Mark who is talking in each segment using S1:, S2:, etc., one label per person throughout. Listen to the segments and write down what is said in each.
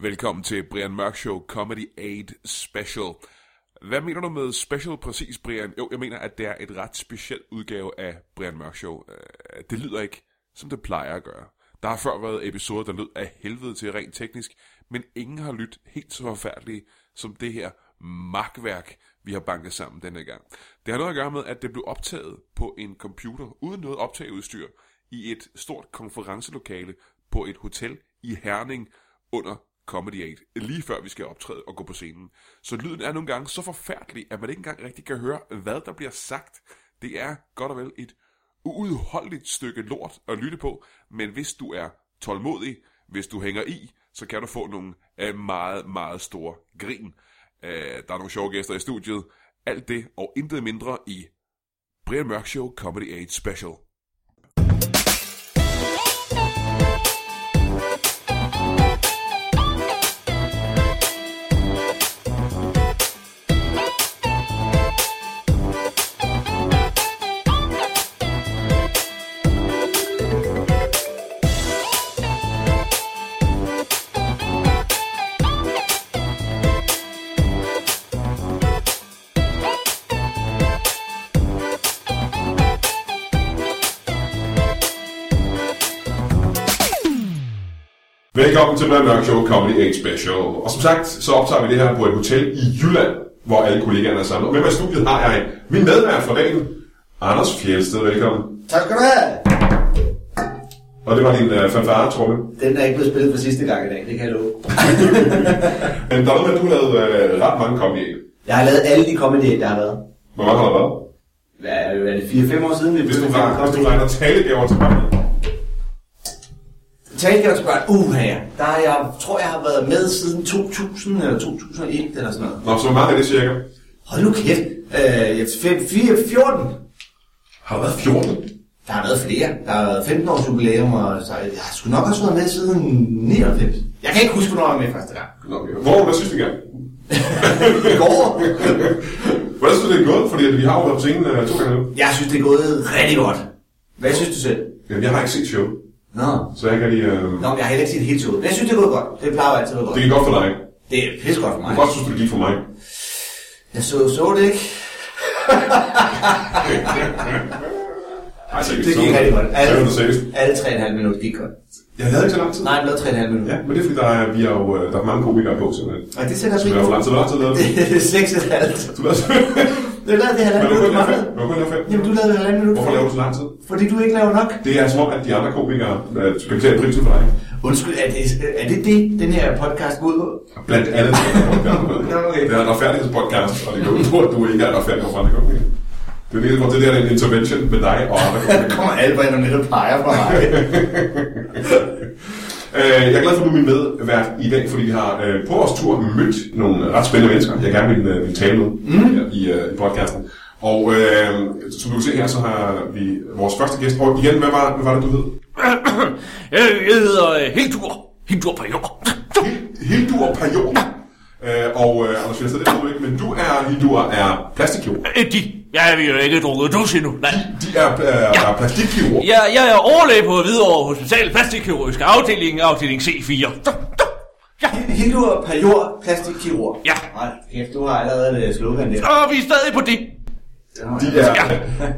S1: Velkommen til Brian Mørk Show Comedy Aid Special. Hvad mener du med special præcis, Brian? Jo, jeg mener, at det er et ret speciel udgave af Brian Mørk Show. Øh, Det lyder ikke, som det plejer at gøre. Der har før været episoder, der lød af helvede til rent teknisk, men ingen har lyttet helt så forfærdelige som det her magtværk, vi har banket sammen denne gang. Det har noget at gøre med, at det blev optaget på en computer uden noget optageudstyr i et stort konferencelokale på et hotel i Herning, under Comedy 8, lige før vi skal optræde og gå på scenen. Så lyden er nogle gange så forfærdelig, at man ikke engang rigtig kan høre, hvad der bliver sagt. Det er godt og vel et uudholdeligt stykke lort at lytte på, men hvis du er tålmodig, hvis du hænger i, så kan du få nogle øh, meget, meget store grin. Øh, Der er nogle sjove gæster i studiet. Alt det og intet mindre i Brian Mørk Show Comedy 8 Special. Velkommen til Brian Mørk Show Comedy 8 Special. Og som sagt, så optager vi det her på et hotel i Jylland, hvor alle kollegaerne er samlet. Og med mig i studiet har jeg min medvært for dagen, Anders Fjelsted. Velkommen.
S2: Tak skal du have.
S1: Og det var din uh, fanfare, Trumme.
S2: Den er ikke blevet spillet for sidste gang i dag, det kan jeg love.
S1: Men der er noget med, at du lavede uh, ret mange comedy æg.
S2: Jeg har lavet alle de comedy, der har været.
S1: Hvor mange har der været?
S2: Hvad er det, er det 4-5 år siden, vi
S1: Hvis du,
S2: begyndte
S1: regner, hvis du regner talegaver til mig.
S2: Talgjørnsbørn, uha, der har jeg, tror jeg har været med siden 2000 eller 2001 eller sådan noget.
S1: Nå, så hvor mange er det cirka?
S2: Hold nu kæft, øh, 5, 4, 14.
S1: Har der været 14?
S2: Der har været flere. Der har været 15 års jubilæum, og så, jeg har sgu nok også været med siden 99. Jeg kan ikke huske, hvornår jeg var med første gang.
S1: Nå, okay. Hvor hvad synes du gerne?
S2: I går.
S1: Hvordan synes du, det er gået? Fordi at vi har jo været på scenen uh, to gange nu.
S2: Jeg synes, det er gået rigtig godt. Hvad synes du selv?
S1: Jamen, jeg har ikke set show,
S2: Nå,
S1: så jeg kan lige... Uh...
S2: Nå, men jeg har heller ikke set hele showet. Men jeg synes, det er gået godt. Det plejer jo altid at gå
S1: Det
S2: godt.
S1: gik godt for dig.
S2: Det er pisse godt for mig.
S1: Hvor synes du, det gik for mig?
S2: Jeg så, så det ikke.
S1: Ej, så
S2: Det gik rigtig godt.
S1: Alle... Det seriøst.
S2: alle 3,5 minutter gik godt.
S1: Jeg havde ikke så lang tid.
S2: Nej, det blev 3,5
S1: Ja,
S2: minutter.
S1: men det er fordi, der er, vi er jo, øh, der er mange komikere på, simpelthen.
S2: Og det sætter
S1: Så vi har for lang tid, hvor lang tid lavede du?
S2: Det er 6,5.
S1: Du lavede
S2: Det er lavet det
S1: Men
S2: halvandet
S1: du kun lavet fem. Du
S2: minut, du manglede.
S1: har kun lavet fem.
S2: Jamen, du lavede halvandet minut.
S1: Hvorfor laver du så lang tid?
S2: Fordi du ikke laver nok.
S1: Det er som om, at de andre komikere øh, skal betale prisen for dig.
S2: Undskyld, er det er det, det den her podcast går ud på?
S1: Blandt alle de andre komikere.
S2: Nå, okay.
S1: Det er en retfærdighedspodcast, og det går ud på, at du ikke er retfærdig for andre komikere. Det er det, hvor det der er en intervention med dig og andre
S2: Der
S1: komikere.
S2: kommer Albert og netop peger på mig.
S1: Øh, jeg er glad for, at du er min medvært i dag, fordi vi har øh, på vores tur mødt nogle ret spændende mennesker, jeg gerne vil, øh, vil tale med mm. i, øh, i podcasten. Og øh, som du kan se her, så har vi vores første gæst. Og igen, hvad var, hvad var det, du hed?
S3: Jeg hedder øh, Hildur. Hildur på jord.
S1: Hildur Pajor. Øh, og øh, Anders Fjellsted, det ved du ikke, men du er, Hildur, er plastikjord.
S3: De. Jeg har jo ikke drukket dus endnu. Nej.
S1: De er, øh, ja. er plastikjord.
S3: Jeg, jeg er overlæge på Hvidovre Hospital Plastikkirurgisk afdeling, afdeling C4.
S2: Hildur Pajor, plastikkirurg.
S3: Ja.
S2: Hold kæft, du har allerede det slogan der.
S3: Og vi er stadig på det.
S1: De er,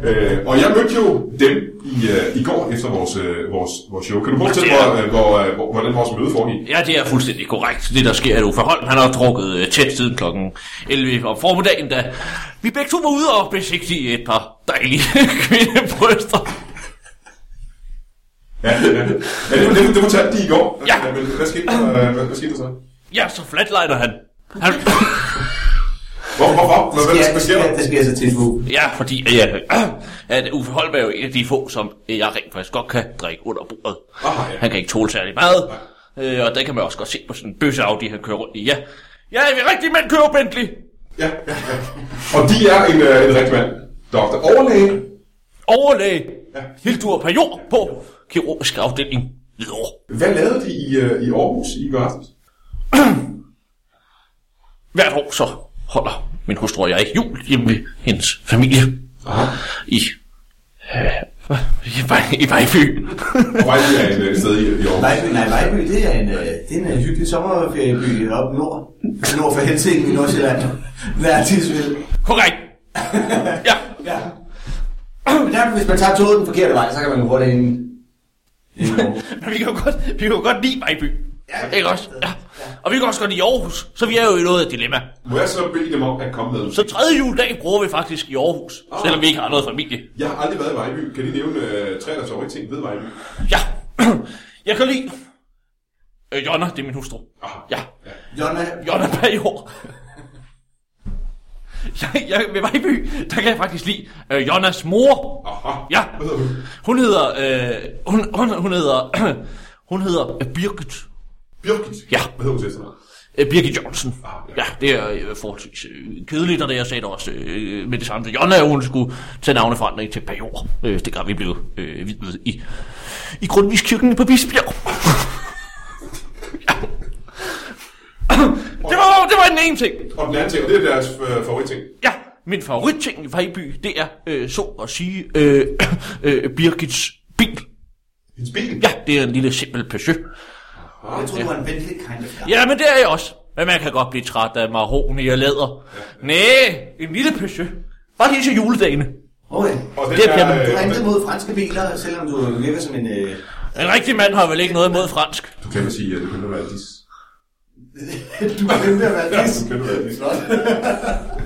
S1: øh, og jeg mødte jo dem i, øh, i går efter vores, øh, vores, vores show. Kan du fortælle, hvor, øh, hvor, øh, hvor, hvordan vores møde foregik?
S3: Ja, det er fuldstændig korrekt. Det, der sker, er at Uffe Holm, han har drukket øh, tæt siden klokken 11 om formiddagen, da vi begge to var ude og besigtige et par dejlige kvindebryster.
S1: Ja, ja. ja det, det, det fortalte de i går.
S3: Ja.
S1: Men hvad skete der, øh, hvad, hvad skete der så?
S3: Ja, så flatliner han. han
S1: Hvor, hvorfor? Hvad, hvad,
S2: Ja,
S1: hvad
S2: det
S1: sker der?
S2: sker, det sker så tit, Uffe.
S3: Ja, fordi at, jeg, at Uffe Holm er jo en af de få, som jeg rent faktisk godt kan drikke under bordet.
S1: Aha, ja.
S3: Han kan ikke tåle særlig meget, øh, og det kan man også godt se på sådan en bøsseaudi, han kører rundt i. Ja, ja vi rigtig mænd kører Bentley.
S1: Ja, ja, ja. Og de er en, øh, en rigtig mand. Doktor Overlæge.
S3: Overlæge Hildur Pajor på kirurgisk afdeling Hvidovre.
S1: Hvad lavede de i, øh, i Aarhus i går aftes?
S3: Hvert år så holder min hustru og jeg jul hjemme ved hendes familie
S1: Aha.
S3: i øh, I var, I var i Fyn.
S4: Vejby er et øh, sted i, i Aarhus.
S5: Vejby, nej, Vejby, det er en, øh, det er en øh, hyggelig sommerferieby oppe nord. Nord for Helsing i Nordsjælland. Hver tidsvild.
S3: Korrekt. Ja.
S5: Ja. Men der, hvis man tager toget den forkerte vej, så kan man jo hurtigt ind.
S3: Men vi kan jo godt, vi kan jo godt lide Vejby.
S5: Ja.
S3: Ikke også? Ja. Og vi kan også godt lide Aarhus, så vi er jo i noget af et dilemma.
S4: Må jeg så bede dem om at komme med?
S3: Så tredje juledag bruger vi faktisk i Aarhus, selvom vi ikke har noget familie.
S4: Jeg har aldrig været i Vejby. Kan I nævne øh, tre, der så rigtig ting ved Vejby?
S3: Ja, jeg kan lide... Øh, Jonna, det er min hustru.
S4: Ah,
S3: Ja,
S5: Jonna,
S3: Jonna Bergjord. Jeg, jeg, ved Vejby, der kan jeg faktisk lide øh, Jonnas mor.
S4: Aha.
S3: Ja,
S4: Hvad hedder hun?
S3: hun hedder... Øh, hun, hun, hun hedder... hun hedder øh, Birgit.
S4: Birgit.
S3: Ja.
S4: Hvad hedder hun til efternavn?
S3: Øh, Birgit Jørgensen.
S4: Ah, ja.
S3: ja. det er øh, forholdsvis øh, kedeligt, og det jeg sagde det også øh, med det samme. til Jonna, hun skulle tage navneforandring til Pajor. Øh, det gør vi blev øh, videt i, i Grundviskirken på Bispebjerg. Ja. det, var, det var den ene ting.
S4: Og den anden ting, og det er deres øh, favoritting.
S3: Ja, min favoritting i Vejby, det er, øh, så at sige, øh, øh, Birgits bil.
S4: Hendes bil.
S3: Ja, det er en lille simpel Peugeot.
S5: jeg tror, du var en venlig kind of guy.
S3: Ja, men det er jeg også. Men man kan godt blive træt af mahogni og læder. Næh, en lille Peugeot. Bare lige til juledagene.
S5: Okay.
S4: Og den
S3: Det er Pjermand.
S5: Du
S4: øh,
S5: rendte mod franske biler, selvom du virker som en... Øh,
S3: En rigtig mand har vel ikke noget imod fransk.
S4: du kan jo sige, at du kan være dis.
S5: du er ved at være
S4: Du
S5: dis.
S4: kan være dis.
S5: Flot.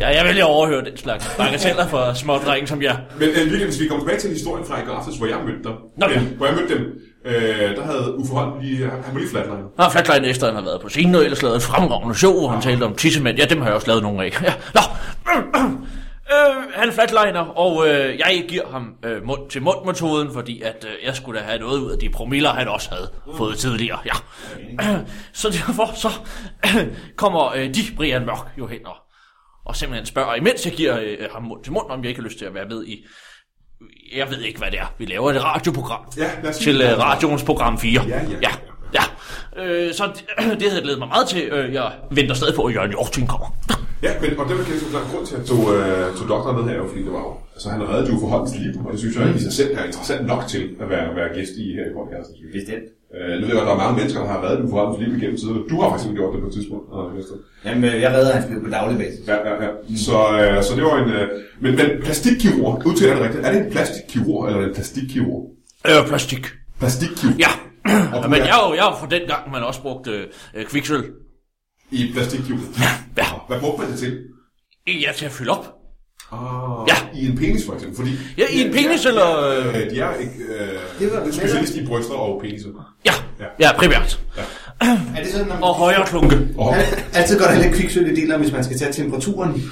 S3: Ja, jeg vil jo overhøre den slags bagateller for små drenge som jeg.
S4: Men øh, virkelig, hvis vi kommer tilbage til historien fra i går aftes, hvor jeg mødte dig.
S3: Nå, ja.
S4: hvor jeg mødte dem. Øh, der havde Uffe Holm lige, han var lige flatliner.
S3: Og Flatline Esther han har været på scenen og ellers lavet et fremragende show, hvor han talte om tissemænd. Ja, dem har jeg også lavet nogle af. Ja. Nå, øh, han flatliner, og øh, jeg giver ham øh, mund til mund-metoden, fordi at øh, jeg skulle da have noget ud af de promiller, han også havde fået tidligere. Ja. så derfor så kommer øh, de Brian Mørk jo hen og, og simpelthen spørger, imens jeg giver øh, ham mund til mund, om jeg ikke har lyst til at være med i... Jeg ved ikke, hvad det er. Vi laver et radioprogram
S4: Ja, lad os sige
S3: til
S4: det.
S3: øh, radioens program 4.
S4: Ja, ja,
S3: ja. ja. Øh, så det, det havde jeg glædet mig meget til. Øh, jeg venter stadig på, at Jørgen Hjorting kommer.
S4: Ja, men, og det var kendt klart grund til, at tog, øh, tog doktoren med her, jo, fordi det var jo, altså han reddede jo for Holms liv, og det synes jeg i sig selv er interessant nok til at være, være gæst i her i podcasten.
S5: Bestemt.
S4: Øh, nu ved jeg, godt, der er mange mennesker, der har reddet Uffe Holms liv igennem tiden, og du har faktisk gjort det på et tidspunkt. har jeg lyst til.
S5: Jamen, øh, jeg redder hans liv på daglig basis.
S4: Ja, ja, ja. Så, øh, så det var en... Øh, men, men plastikkirurg, udtaler jeg det rigtigt. Er det en plastikkirurg, eller en plastikkirurg?
S3: Øh, plastik.
S4: Plastikkirurg.
S3: Ja.
S4: Og du
S3: Men
S4: er
S3: jeg er jo, jeg er jo fra den gang, man også brugte øh, kviksøl.
S4: I plastikkirurg.
S3: Ja.
S4: Hvad brugte man det til?
S3: ja, til at fylde op.
S4: Ah,
S3: Ja.
S4: I en penis, for eksempel. Fordi,
S3: Ja, i en penis, eller,
S4: Øh, de er ikke... Øh,
S5: Det var-
S4: specialist i bryster og peniser.
S3: Ja,
S4: Ja.
S3: ja primært.
S5: Er det sådan, når man...
S3: Og højre klunke.
S4: Og
S5: Altid godt at have lidt kviksøl i deler, hvis man skal tage temperaturen.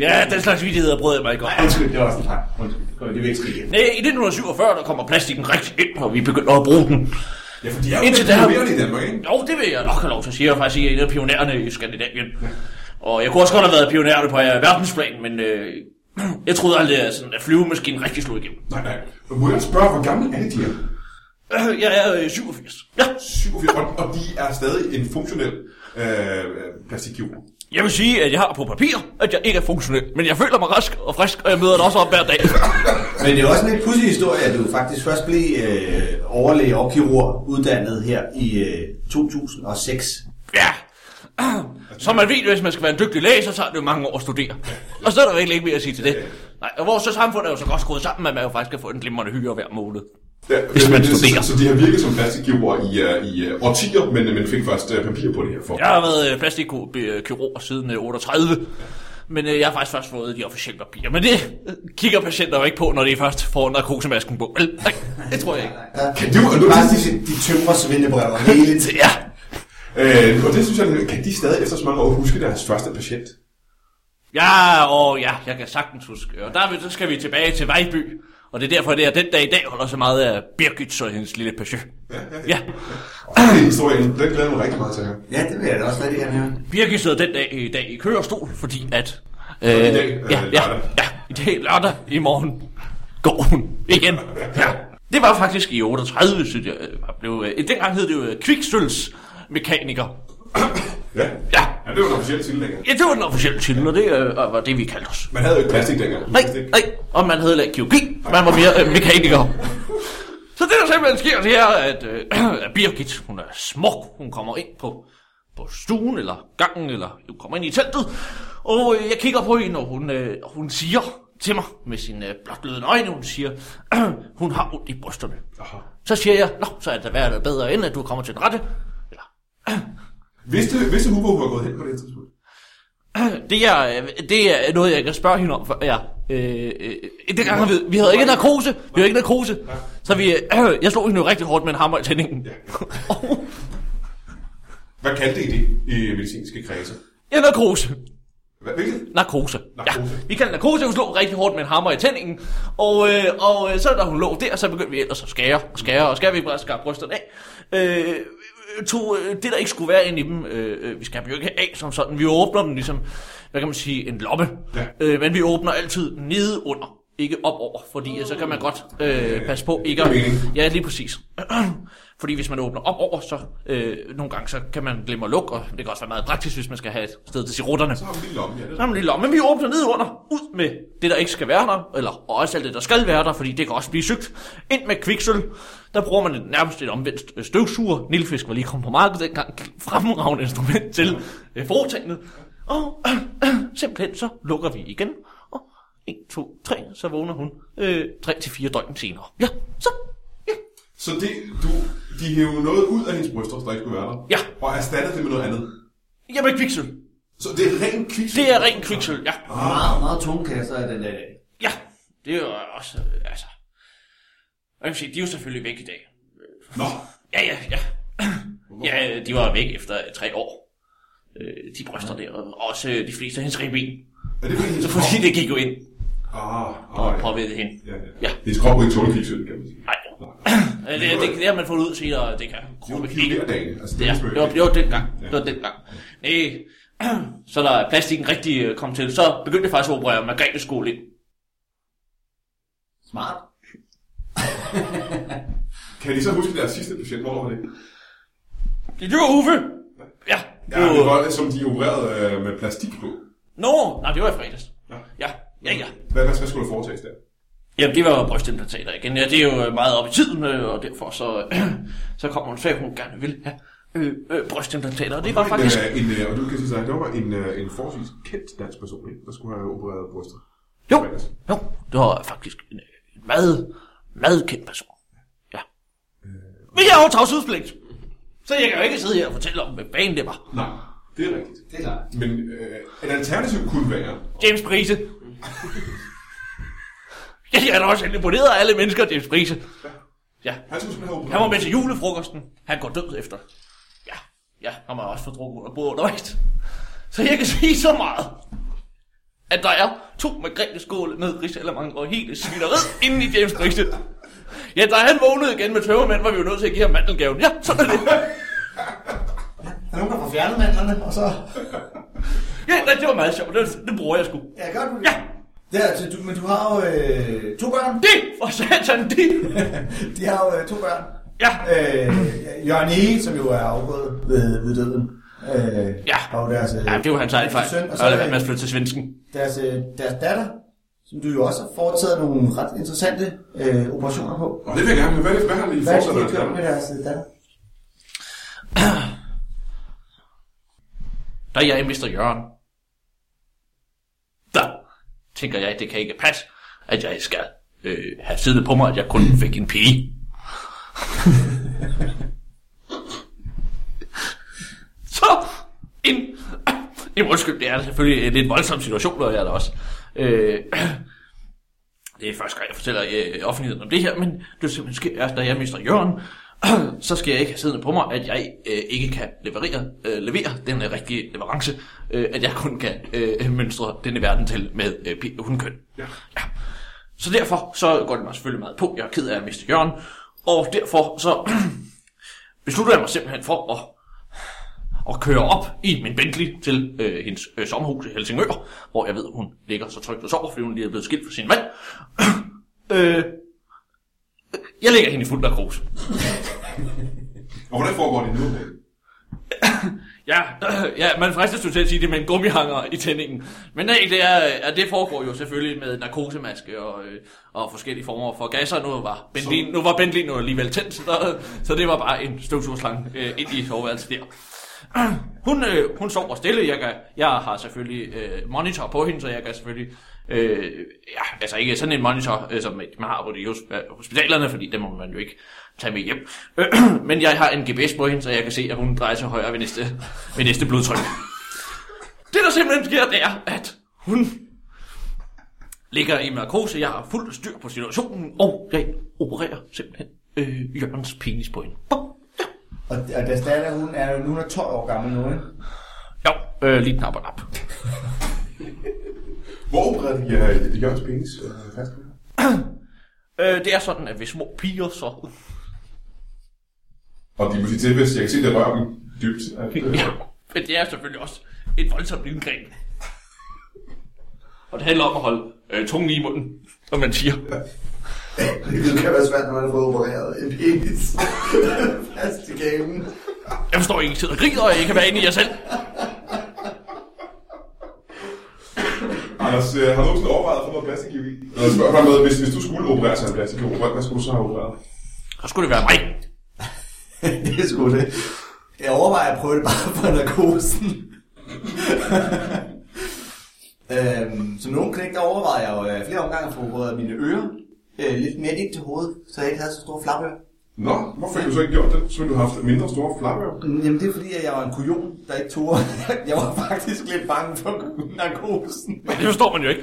S3: Ja, den slags vidigheder brød jeg mig ikke om.
S5: Undskyld, det var også en fejl. Undskyld, det vil jeg ikke ske igen.
S3: Nej, i 1947, der kommer plastikken rigtig ind, og vi begynder at bruge den.
S4: ja, for de er jo
S3: Indtil
S4: Indtil
S3: da har-
S4: der... i Danmark, ikke?
S3: Jo, det vil jeg nok have lov til at sige. Jeg er faktisk en af pionererne i Skandinavien. Og jeg kunne også godt have været pioner på øh, verdensplan, men øh, jeg troede aldrig, at, sådan, at flyvemaskinen rigtig slog igennem.
S4: Nej, nej. Men må jeg spørge, hvor gamle er de, de er?
S3: Øh, jeg er øh, 87. Ja,
S4: 87, og, og de er stadig en funktionel øh, plastikkirurg.
S3: jeg vil sige, at jeg har på papir, at jeg ikke er funktionel, men jeg føler mig rask og frisk, og jeg møder dig også op hver dag.
S5: Men det er også en lidt pudsig historie, at du faktisk først blev øh, overlæge og kirurg uddannet her i øh, 2006.
S3: Ja. Så man ved, hvis man skal være en dygtig læge, så tager det jo mange år at studere. Og så er der jo egentlig ikke mere at sige til det. Nej, og vores samfund er jo så godt skruet sammen, at man jo faktisk kan få en glimrende hyre hver måned.
S4: Ja,
S3: Hvis
S4: men-
S3: man
S4: men-
S3: studerer.
S4: Så, så de har virket som plastikkirurger i, uh, i uh, årtier, men, men fik først uh, papir på det her for.
S3: Jeg har været øh, plastikkirurg siden øh, 38, men øh, jeg har faktisk først fået de officielle papirer. Men det øh, kigger patienter jo ikke på, når de først får narkosemasken på. Vel, nej, det tror jeg ikke.
S5: Ja.
S4: Kan du-
S5: Det er bare de, de tømrer svindebrødder hele tiden.
S3: Ja,
S4: Øh, og det synes jeg, kan de stadig efter så mange år huske deres første patient?
S3: ja, og ja, jeg kan sagtens huske. Og der er vi, så skal vi tilbage til Vejby, og det er derfor, det er den dag i dag holder så meget af Birgit og hendes lille Peugeot. Ja,
S4: Og det er historien, den glæder jeg mig rigtig meget til at høre.
S5: Ja, det vil jeg da også rigtig gerne høre.
S3: Birgit sidder den dag i dag i kørestol, fordi at... Øh,
S4: dag, øh,
S3: ja, ja,
S4: lørdag.
S3: ja, i dag lørdag i morgen går hun igen. Ja. Det var faktisk i 38, synes jeg. øh, Jeg blev, øh, dengang hed det jo øh, kviksølvsmekaniker.
S4: Ja.
S3: Ja,
S4: ja det var en officiel titel dengang.
S3: ja det var den officielle titel, og det øh, var det, vi kaldte os.
S4: Man havde jo ikke plastik dengang.
S3: Nej, nej, og man havde heller ikke kirurgi, man var mere øh, mekaniker. Så det der simpelthen sker, det er, at, øh, at Birgit, hun er smuk, hun kommer ind på, på stuen eller gangen, eller hun kommer ind i teltet, og øh, jeg kigger på hende, og hun, øh, og hun siger til mig med sine øh, blåglødende øjne, hun siger, hun har ondt i brysterne. Aha. Så siger jeg, nå, så er det været bedre, end at du kommer til den rette. Eller,
S4: Vidste, vidste Hugo, hun var gået hen på det tidspunkt?
S3: Det er, øh, det er noget, jeg kan spørge hende om. For, ja. Øh, øh, det gang, vi, vi havde ikke narkose. Vi havde ikke narkose. Så vi, øh, jeg slog hende jo rigtig hårdt med en hammer i tændingen.
S4: Hvad kaldte I det i medicinske kredse?
S3: Ja, narkose.
S4: Hvad, hvilket?
S3: Narkose. narkose.
S4: Narkose.
S3: Ja, vi kaldte narkose. Hun slog rigtig hårdt med en hammer i tændingen. Og, øh, og øh, så da hun lå der, så begyndte vi ellers at skære og skære og skære. Vi bare skar brysterne af. Øh, øh, tog øh, det, der ikke skulle være inde i dem, øh, øh, vi skar dem jo ikke af som sådan. Vi åbner dem ligesom, hvad kan man sige, en lomme.
S4: Ja.
S3: Øh, men vi åbner altid nede under, ikke op over, fordi øh, så kan man godt øh, passe på ikke at...
S4: Det er meningen.
S3: Ja, lige præcis. Fordi hvis man åbner op over, så øh, nogle gange så kan man glemme at lukke, og det kan også være meget praktisk, hvis man skal have et sted til sirutterne.
S4: Så har vi en lille lomme, ja. det er
S3: Så har man en lille lomme, men vi åbner ned under, ud med det, der ikke skal være der, eller og også alt det, der skal være der, fordi det kan også blive sygt. Ind med kviksøl, der bruger man et, nærmest et omvendt øh, støvsuger. Nilfisk var lige kommet på markedet dengang, fremragende instrument til øh, foretagendet. Og øh, øh, simpelthen så lukker vi igen, og 1, 2, 3, så vågner hun øh, 3-4 døgn senere. Ja, så, ja,
S4: Så det, du, de hævde noget ud af hendes bryster, der ikke skulle være der.
S3: Ja.
S4: Og erstattede det med noget andet.
S3: jamen kviksøl.
S4: Så det er ren kviksel.
S3: Det er rent kviksøl, ja.
S5: Meget, meget tunge kasser i den der dag.
S3: Ja, det er jo også, øh, altså... Jeg kan sige, de er jo selvfølgelig væk i dag.
S4: Nå,
S3: Ja, ja, ja. Ja, de var væk efter øh, tre år. Øh, De bryster der, og også øh, de fleste af hendes ribben.
S4: er det fordi hendes
S3: Så fordi det gik jo ind
S4: Ah, ah,
S3: og
S4: ja.
S3: påvirkede hende.
S4: Ja, ja.
S3: Ja.
S4: Hendes krop kunne ikke tåle kviksel, kan man sige.
S3: Nej. Øh, Det, det, det, har man fået ud senere, og det kan
S4: Det var
S3: kroppen ikke.
S4: pionerdagen. Altså, det
S3: Ja,
S4: er
S3: det var, det var dengang. Det var dengang. Nej. Så da plastikken rigtig øh, kom til, så begyndte jeg faktisk at operere Margrethe skole ind.
S5: Smart.
S4: Kan I så huske deres sidste patient? Hvor var det?
S3: Det var Uffe! Ja,
S4: Ja, det var det, som de opererede øh, med plastik på.
S3: Nå, nej, det var i fredags.
S4: Ja.
S3: Ja, ja, ja.
S4: Hvad, hvad, hvad skulle der foretages der?
S3: Jamen, det var jo brystimplantater igen. Ja, det er jo øh, meget op i tiden, øh, og derfor så, så kommer hun og sagde, at hun gerne vil have øh, øh, brystimplantater. Og det var faktisk...
S4: En, øh, en, øh, og du kan sige, at det var en, øh, en forholdsvis kendt dansk person, ikke? der skulle have opereret brystet.
S3: Jo, jo, det var faktisk en, øh, en meget, meget kendt person. Ja. Men jeg har jo tavshedspligt. Så jeg kan jo ikke sidde her og fortælle om, hvad banen det var.
S4: Nej, det er rigtigt.
S5: Det er klart.
S4: Men øh, et alternativ kunne være...
S3: James Prise. Ja, jeg er da også imponeret af alle mennesker, James Prise. Ja.
S4: Han skulle simpelthen have opereret.
S3: Han var med til julefrokosten. Han går død efter. Ja, ja, han var også for drukket under bordet undervejs. Så jeg kan sige så meget, at der er to margrethe skåle med Rigsalermang og hele svineriet inde i James Brigset. Ja, da han vågnede igen med tøvermænd, var vi jo nødt til at give ham mandelgaven. Ja, sådan er det.
S5: Der er nogen, der får fjernet mandlerne, og så...
S3: Ja, nej, det var meget sjovt. Det, det bruger jeg sgu.
S5: Ja, gør du det?
S3: Ja.
S5: Der, så du, men du har jo øh, to børn.
S3: Det for satan, det.
S5: De har jo øh, to børn.
S3: Ja.
S5: Øh, Jørgen Ege, som jo er afgået ved, ved døden. Øh,
S3: Ja.
S5: Og deres, øh,
S3: Ja, det var hans egen fejl.
S5: Søn, og
S3: Og
S5: så
S3: lad
S5: er
S3: være
S5: det-
S3: med at flytte til svensken.
S5: deres, øh, deres datter, som du jo også har foretaget nogle ret interessante øh, operationer på.
S4: Og det vil jeg gerne, men hvad, hvad har I
S5: Hvad er det, de har
S4: foretaget?
S5: gjort med deres øh, datter?
S3: Der er jeg mister Jørgen. Der tænker jeg, det kan ikke passe, at jeg skal øh, have siddet på mig, at jeg kun fik en pige. Så en... Jamen, undskyld, det er selvfølgelig en lidt voldsom situation, og jeg er der også. Øh, det er første gang, jeg fortæller øh, offentligheden om det her, men det simpelthen sker, da jeg mister Jørgen, så skal jeg ikke have siddende på mig, at jeg øh, ikke kan leverere, øh, levere den øh, rigtige leverance, øh, at jeg kun kan øh, mønstre denne verden til med øh, pi- hundkøn. Ja. ja. Så derfor så går det mig selvfølgelig meget på, jeg er ked af at miste Jørgen, og derfor så beslutter jeg mig simpelthen for at og kører op i min Bentley til øh, hendes øh, sommerhus i Helsingør, hvor jeg ved, hun ligger så trygt og sover, fordi hun lige er blevet skilt fra sin mand. øh, jeg lægger hende i fuld narkose.
S4: Og hvordan foregår det nu?
S3: Ja, ja, man fristes jo til at sige det med en gummihanger i tændingen. Men nej, det, er, ja, det foregår jo selvfølgelig med narkosemaske og, øh, og forskellige former for gasser. Nu var Bentley, nu var Bentley nu alligevel tændt, så, så det var bare en støvsugerslange øh, ind i soveværelset der. Hun, øh, hun sover stille. Jeg, kan, jeg har selvfølgelig øh, monitor på hende, så jeg kan selvfølgelig... Øh, ja, altså ikke sådan en monitor, øh, som man har på de hos- øh, hospitalerne, fordi det må man jo ikke tage med hjem. Øh, men jeg har en GPS på hende, så jeg kan se, at hun drejer til højre ved næste, ved næste blodtryk. Det, der simpelthen sker, det er, at hun ligger i narkose. Jeg har fuld styr på situationen, og jeg opererer simpelthen øh, Jørgens penis på hende. Bum.
S2: Og, og deres datter, hun er jo nu hun er 12 år gammel nu, ikke?
S3: Jo, øh, lige knap og nap.
S4: Hvor bred ja, Jørgens penis øh, fast på?
S3: Øh, det er sådan, at hvis små piger så...
S4: Og de må sige til, hvis jeg kan se, det rører dem dybt. At, øh,
S3: Ja, men det er selvfølgelig også et voldsomt indgreb. Og det handler om at holde øh, tungen i munden, som man siger.
S2: Det kan være svært, når man har fået opereret en penis fast i gamen.
S3: Jeg forstår, I ikke sidder og griner, og I ikke kan være inde i jer selv.
S4: Anders, øh, har du nogensinde overvejet at få noget plastikkirurgi? Jeg spørger bare noget, hvis, hvis du skulle operere sig en plastikkirurgi, hvad skulle du så have opereret?
S3: Så skulle det være mig.
S2: det er sgu det. Jeg overvejer at prøve det bare for narkosen. øhm, som nogen knægt, der overvejer jeg jo øh, flere omgange at få opereret mine ører. Øh, lidt mere ind til hovedet, så jeg ikke havde så store flapører.
S4: Nå, hvorfor har du så ikke gjort det? Så ville du have haft mindre store flammer.
S2: Mm, Jamen det er fordi, at jeg var en kujon, der ikke tog. jeg var faktisk lidt bange for narkosen.
S3: Men det forstår man jo ikke.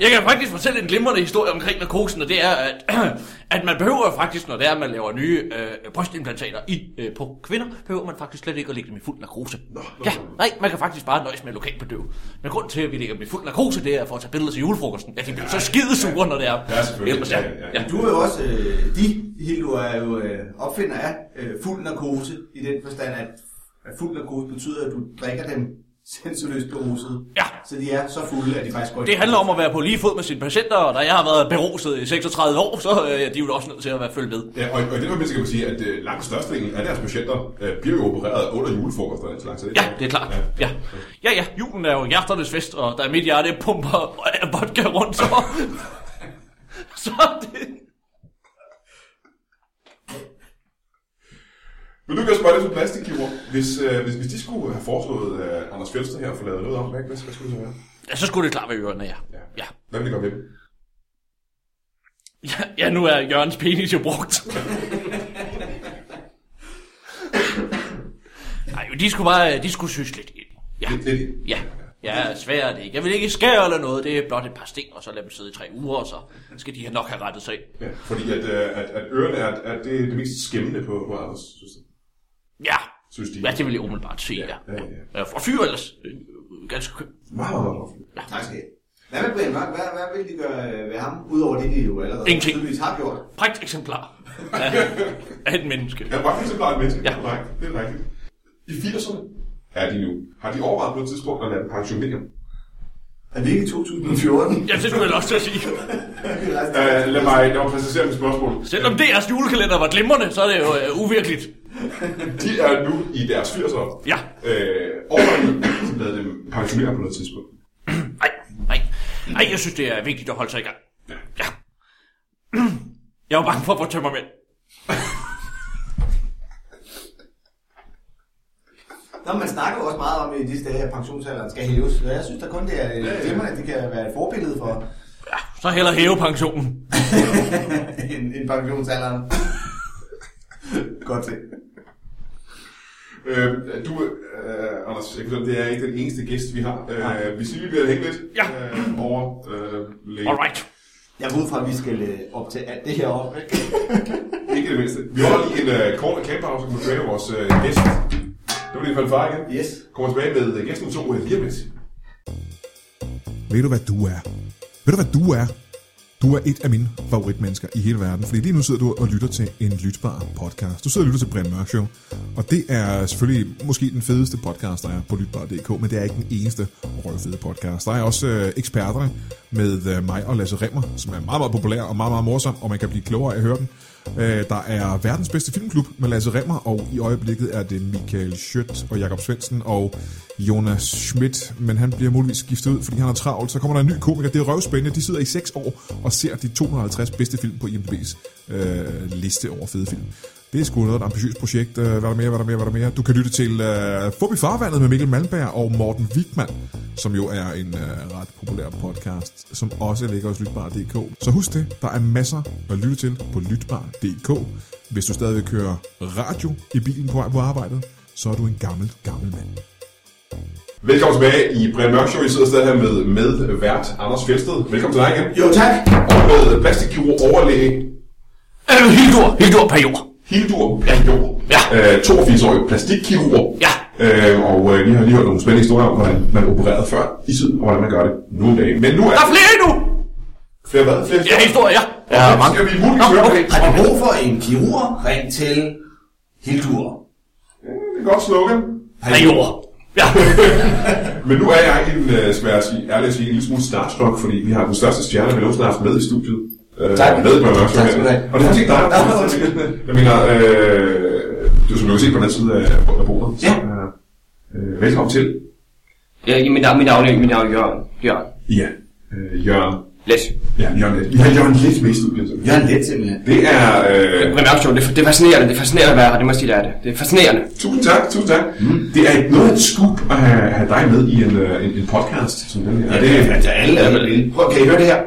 S3: Jeg kan faktisk fortælle en glimrende historie omkring narkosen, og det er, at, at man behøver faktisk, når det er, at man laver nye øh, brystimplantater i, øh, på kvinder, behøver man faktisk slet ikke at lægge dem i fuld narkose. ja, nej, man kan faktisk bare nøjes med at lokalt bedøve. Men grund til, at vi lægger dem i fuld narkose, det er for at tage billeder til julefrokosten. Ja, de bliver så skide sure, når det er.
S4: Ja, selvfølgelig.
S3: Ja,
S4: Ja, ja, ja.
S3: ja.
S2: Du er jo også, øh, de, Hildur, er jo øh, opfinder af øh, fuld narkose, i den forstand, at, at fuld narkose betyder, at du drikker dem sensorløst beruset.
S3: Ja.
S2: Så de er så fulde, at de faktisk går i-
S3: Det handler om at være på lige fod med sine patienter, og da jeg har været beruset i 36 år, så øh, de er de jo også nødt til at være følge med.
S4: Ja, og, og i den forbindelse kan man sige, at øh, langt størstedelen af deres patienter øh, bliver jo opereret under julefrokoster og den slags. så
S3: Ja, det er klart. Ja. ja, ja, julen er jo hjerternes fest, og da mit hjerte pumper af vodka rundt, så... så er det...
S4: Men du kan jeg spørge dig som plastikkirurg. Hvis, øh, hvis, hvis de skulle have foreslået øh, Anders Fjeldsted her at få lavet noget om, hvad, hvad hvad skulle det så være?
S3: Ja, så skulle det klart være ørerne, ja. Ja.
S4: Hvad vil det gøre ved dem?
S3: ja. Ja, nu er Jørgens penis jo brugt. Nej, men de skulle bare... De skulle synes lidt ind. Ja,
S4: Det, det, det.
S3: ja. Ja, svært er det ikke. Jeg vil ikke skære eller noget. Det er blot et par sten, og så lade dem sidde i tre uger, og så skal de nok have rettet sig. ind.
S4: Ja, fordi at, øh, at, at ørerne er, at det, er det mest skæmmende på, på Anders, synes, jeg.
S3: Ja,
S4: synes de.
S3: ja det vil jeg umiddelbart se, ja.
S4: ja, ja.
S3: ja. Og fyr ellers. øh, Ganske køn.
S4: Meget, meget, meget.
S2: Tak skal I have. Hvad med Brian Mørk? Hvad, hvad vil de gøre øh, ved ham, udover det, de jo allerede
S3: Ingenting.
S2: tydeligvis har gjort?
S3: pragt eksemplar af, af et menneske.
S4: Ja, bare så bare et menneske.
S3: Ja.
S4: Ja. Korrekt. Det er rigtigt. I 80'erne er de nu. Har de overvejet på et tidspunkt at lade dem pensionere?
S2: Er vi ikke i 2014?
S3: Ja, det skulle jeg også til at sige.
S2: altså-
S4: Øh, lad mig, lad mig præcisere mit spørgsmål.
S3: Selvom DR's julekalender var glimrende, så er det jo øh, uvirkeligt.
S4: De er nu i deres 80'ere.
S3: Ja.
S4: Øh, overvejer de at lade dem pensionere på noget tidspunkt?
S3: Nej, nej. Nej, jeg synes, det er vigtigt at holde sig i gang. Ja. Jeg var bange for at få tømmermænd.
S2: Nå, man snakker jo også meget om i disse dage, at pensionsalderen skal hæves. Så jeg synes da kun, det er øh, glimrende, at det kan være et forbillede for
S3: Så hellere hæve pensionen.
S2: en, en pensionsalder. Godt se.
S4: Øh, du, øh, Anders, jeg kan forstå, det er ikke den eneste gæst, vi har. Øh, vi siger, vi bliver hængt lidt
S3: Ja.
S4: øh, over øh, lægen.
S3: Alright.
S2: Jeg går ud fra, at vi skal øh, op til alt det her op. ikke?
S4: Ikke det mindste. Vi holder lige en øh, kort reklamepause, så kan vi trailer vores øh, gæst. Det var lige en far igen.
S2: Yes.
S4: Kommer tilbage med øh, gæsten 2 lige om lidt.
S6: Ved du, hvad du er? Ved du, hvad du er? Du er et af mine favoritmennesker i hele verden, fordi lige nu sidder du og lytter til en lytbar podcast. Du sidder og lytter til Brian Mørk Show, og det er selvfølgelig måske den fedeste podcast, der er på lytbar.dk, men det er ikke den eneste røvfede podcast. Der er også øh, eksperterne med øh, mig og Lasse Remmer, som er meget, meget populær og meget, meget morsom, og man kan blive klogere af at høre dem. Øh, Der er verdens bedste filmklub med Lasse Remmer, og i øjeblikket er det Michael Schødt og Jakob Svendsen og Jonas Schmidt, men han bliver muligvis skiftet ud, fordi han har travlt. Så kommer der en ny komiker, det er røvspændende. De sidder i 6 år og ser de 250 bedste film på IMDb's øh, liste over fede film. Det er sgu noget af et ambitiøst projekt. Øh, Hvad er der mere, hvad er der mere, hvad er der mere? Du kan lytte til øh, Fubi Farvandet med Mikkel Malmberg og Morten Wigman, som jo er en øh, ret populær podcast, som også ligger hos Lytbar.dk. Så husk det, der er masser at lytte til på Lytbar.dk. Hvis du stadigvæk kører radio i bilen på vej på arbejdet, så er du en gammel, gammel mand.
S4: Velkommen tilbage i Brian Mørk Show. Vi sidder stadig her med, med vært Anders Fjeldsted. Velkommen til dig igen.
S2: Jo, tak.
S4: Og med plastikkirurg overlæge
S3: Øh, helt ord, helt ord per jord.
S4: Hildur Pajor.
S3: Ja.
S4: Øh, 82-årig plastikkirurg.
S3: Ja.
S4: Øh, og øh, vi har lige hørt nogle spændende historier om, hvordan man opererede før i tiden, og hvordan man gør det nu om dagen. Men nu er
S3: Der er flere endnu!
S4: flere hvad? Flere
S3: Ja, historier, ja. Ja,
S4: Ja, mange. Skal vi muligvis
S3: Nå,
S4: høre på
S3: okay.
S4: det?
S2: Har du brug for en kirurg? Ring til Hildur.
S4: Det er et godt slogan.
S3: Per jord. Ja.
S4: Men nu er jeg en, øh, skal jeg sige, ærlig at sige, en lille smule starstruck, fordi vi har den største stjerne, vi nogensinde har haft med i studiet. Øh,
S2: Tak.
S4: Med på Mørk
S2: Tak skal du have.
S4: Og det har ikke dig.
S2: Nå, undskyld.
S4: Jeg mener, øh, du som du kan se på den anden side af af bordet. så,
S2: Ja.
S4: øh, velkommen til.
S7: Ja, Øh, mit navn, mit navn, er- mit navn er Jørgen. Jørgen.
S4: Ja. Øh, Jørgen.
S7: Læs.
S4: Ja, Jørgen Let. Vi har Jørgen Let med i studiet. simpelthen.
S2: Jørgen Let simpelthen.
S4: Det er... Øh,
S7: Primært show, det, er- det er fascinerende. Det er fascinerende at være her, det må jeg sige, det er det. Det er fascinerende.
S4: tusind tak, tusind tak. Det er et- noget af et scoop at have, have dig med i en, øh, en, en podcast som den her. Ja, det,
S2: Ja, det er alle, der vil. Prøv, kan I høre det her?